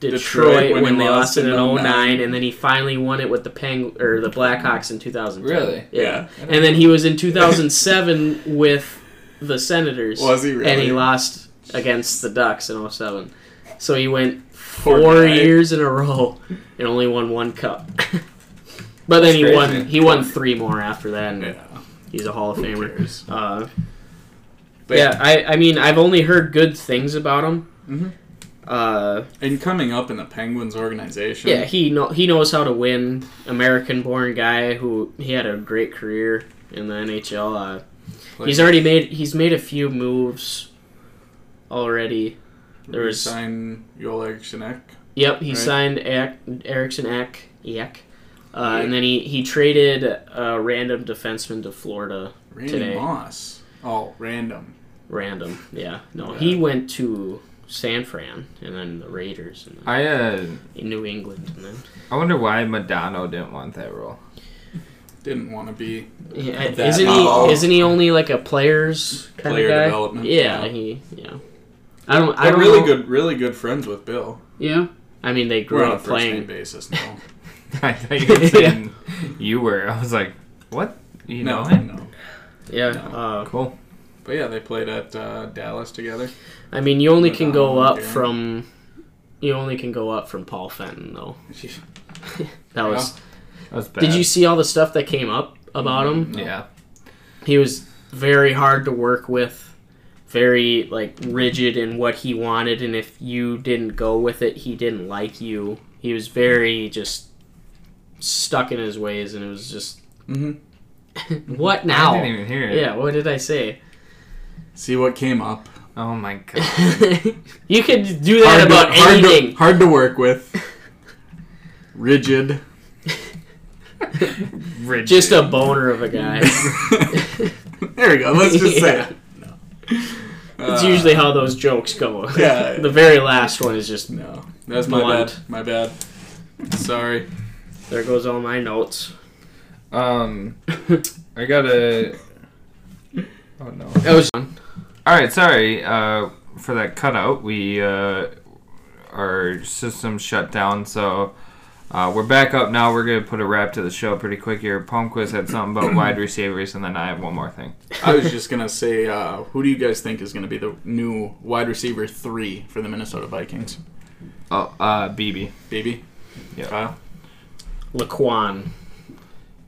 S3: Detroit,
S4: Detroit
S3: when,
S4: when he
S3: they
S4: lost
S3: lost it in
S4: in
S3: 09,
S4: 09.
S3: and then he finally won it with the Peng or the Blackhawks in 2010.
S2: Really?
S3: Yeah.
S4: Yeah.
S3: And then he was in 2007 with the Senators.
S4: Was he really?
S3: And he lost against the Ducks in 07. So he went
S4: Poor
S3: four
S4: guy.
S3: years in a row and only won one cup. but
S2: That's
S3: then he won
S2: crazy.
S3: he won three more after that and
S4: Yeah.
S3: he's a Hall of
S4: Who
S3: Famer.
S4: cares?
S3: Uh,
S4: But-
S3: yeah, I, I mean I've only heard good things about him.
S4: Mhm.
S3: Uh,
S4: And coming up in the Penguins organization.
S3: yeah, he know, he knows how to win. American-born guy who he had a great career in the NHL. Uh,
S4: like,
S3: he's already made he's made a few moves already. there was-
S4: sign Yoleg Shinek.
S3: Yep, he
S4: Right.
S3: signed Ak- Erickson Ak Ek. Uh,
S4: Yeah.
S3: and then he, he traded a random defenseman to Florida.
S4: Randy
S3: Today.
S4: Moss. Oh, random.
S3: Random, yeah. No,
S4: Yeah.
S3: he went to San Fran and then the Raiders and
S2: I uh,
S3: then New England and then
S2: I wonder why Madonna didn't want that role.
S4: Didn't want to be
S3: Yeah,
S4: That
S3: isn't
S4: model.
S3: he? Isn't he only like a players kind
S4: Player
S3: of guy?
S4: development,
S3: Yeah,
S4: yeah.
S3: he. Yeah, I don't. I
S4: They're
S3: don't
S4: really
S3: know.
S4: good, really good friends with Bill.
S3: Yeah, I mean they
S4: We're
S3: grew
S4: on a
S3: up
S4: first name
S3: playing.
S4: basis now.
S2: I thought you were saying you were. I was like, what? You
S4: no,
S2: know him?
S4: no.
S3: Yeah,
S4: No.
S3: uh,
S2: Cool.
S4: But yeah, they played at uh, Dallas together.
S3: I mean you only can go
S4: Madonna,
S3: up
S4: yeah.
S3: from. You only can go up from Paul Fenton though.
S4: Mm-hmm.
S3: That
S4: Yeah.
S3: was.
S2: That's bad. Mm.
S3: Did you see all the stuff that came up about him?
S2: Yeah.
S3: he was very hard to work with very like rigid in what he wanted and if you didn't go with it he didn't like you he was very just stuck in his ways and it was just
S4: Mm-hmm.
S3: what
S2: I
S3: now
S2: didn't even hear it.
S3: yeah what did i say
S4: See what came up.
S2: Oh my god.
S3: you could do that about
S4: to, hard, to,
S3: anything
S4: hard to work with. Rigid.
S2: Rigid.
S3: just a boner of a guy
S4: there we go. Let's just say it. No.
S3: it's
S4: Uh,
S3: usually how those jokes go
S4: Yeah.
S3: the very last one is just
S4: No, that's my
S3: Blunt.
S4: bad. My bad. Sorry.
S3: there goes all my notes
S2: Um, I gotta. Oh no.
S3: that was
S2: All right, sorry uh, for that cutout. We uh, our system shut down, so uh, we're back up now. We're gonna put a wrap to the show pretty quick here. Palmquist had something about wide receivers, and then I have one more thing.
S4: I was just gonna say, uh, who do you guys think is gonna be the new wide receiver three for the Minnesota Vikings?
S2: Oh, uh, BB.
S4: BB.
S2: Yeah.
S4: Kyle?
S3: laquan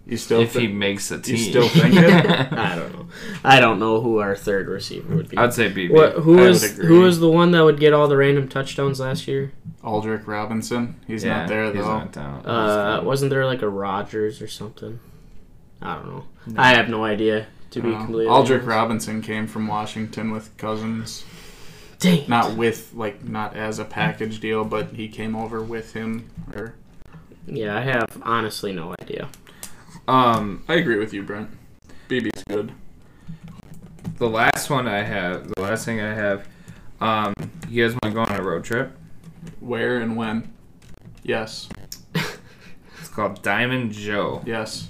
S4: You still?
S2: If he
S4: thi-
S2: makes the team,
S4: you still think it?
S3: I don't know. I don't know who our third receiver would be.
S2: I'd say BB.
S3: what, who
S4: I would
S3: was
S4: agree.
S3: who was the one that would get all the random touchdowns last year?
S4: Aldrich Robinson. He's
S2: yeah,
S4: not there though.
S2: He's not down.
S3: Uh, wasn't there like a Rogers or something? I don't know. I have no idea. To be
S4: No.
S3: completely
S4: Aldrich
S3: honest.
S4: Robinson came from Washington with Cousins,
S3: Dang. it.
S4: not with like not as a package deal, but he came over with him. Or
S3: Yeah, I have honestly no idea.
S2: um,
S4: I agree with you, Brent. BB's good.
S2: the last one I have, the last thing I have, um, you guys want to go on a road trip?
S4: Where and when? Yes,
S2: It's called Diamond Joe.
S4: yes.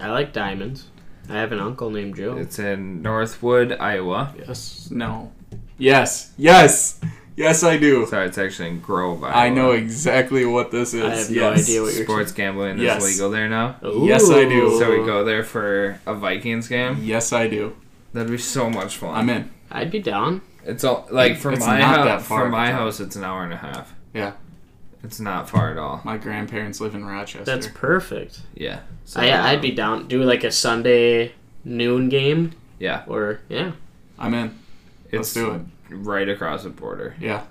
S3: I like diamonds. I have an uncle named Joe.
S2: It's in Northwood, Iowa.
S4: Yes. No. Yes. Yes. Yes, I do.
S2: Sorry, it's actually in Grove. Iowa.
S4: I know exactly what this is.
S3: I have no
S4: yes.
S3: idea what you're.
S2: Sports gambling is
S4: Yes.
S2: legal there now.
S4: Yes, I do.
S2: So we go there for a Vikings game.
S4: Yes, I do.
S2: That'd be so much fun.
S4: I'm in.
S3: I'd be down.
S2: It's all like from
S4: It's
S2: my
S4: not that
S2: house.
S4: far.
S2: From my house, it's an hour and a half.
S4: Yeah.
S2: It's not far at all.
S4: My grandparents live in Rochester.
S3: That's perfect.
S2: Yeah. So,
S3: I, I'd be down. Do like a Sunday noon game
S2: Yeah.
S3: or yeah.
S4: I'm in. Let's
S2: It's
S4: do it.
S2: right across the border.
S4: Yeah.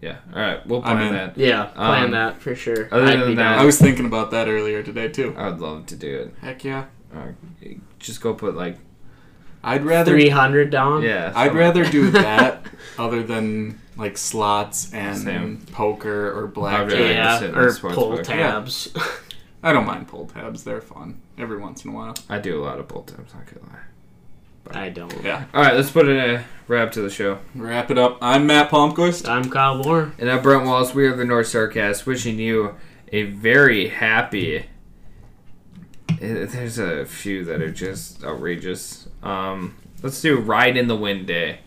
S2: Yeah. All right. We'll
S4: I'm
S2: plan
S4: in.
S2: that.
S3: Yeah, plan
S2: Um,
S3: that for sure.
S2: other
S3: I'd
S2: than
S3: be
S2: that-
S3: down.
S4: I was thinking about that earlier today too.
S2: I would love to do
S4: Heck yeah.
S2: it. Just go put like
S4: I'd rather
S3: 300 down.
S2: yeah.
S4: Um, I'd
S2: some-
S4: rather do that other than like slots and
S2: Same.
S4: poker or
S2: I'd rather
S4: blackjack.
S2: Yeah,
S3: Yeah,
S2: sit in the
S3: or
S2: sports
S3: pull
S2: book.
S3: tabs.
S4: I don't mind pull tabs. They're fun every once in a while.
S2: I do a lot of bull times. Not gonna lie.
S3: I don't.
S4: Yeah.
S2: All right. Let's put a wrap to the show.
S4: Wrap it up. I'm Matt Palmquist.
S3: I'm Kyle Moore.
S2: And I'm Brent Wallace. We are the North Starcast, wishing you a very happy. Eh, There's a few that are just outrageous. Um, let's do Ride in the Wind Day.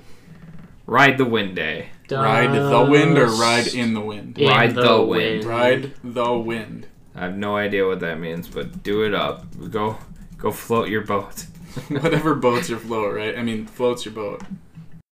S2: Ride the Wind Day.
S4: Ride the wind or ride in the wind.
S3: In
S2: Ride the wind.
S4: Ride the wind.
S2: I have no idea what that means, but do it up. Go, go float your boat.
S4: Whatever boats your float, right? I mean, floats your boat.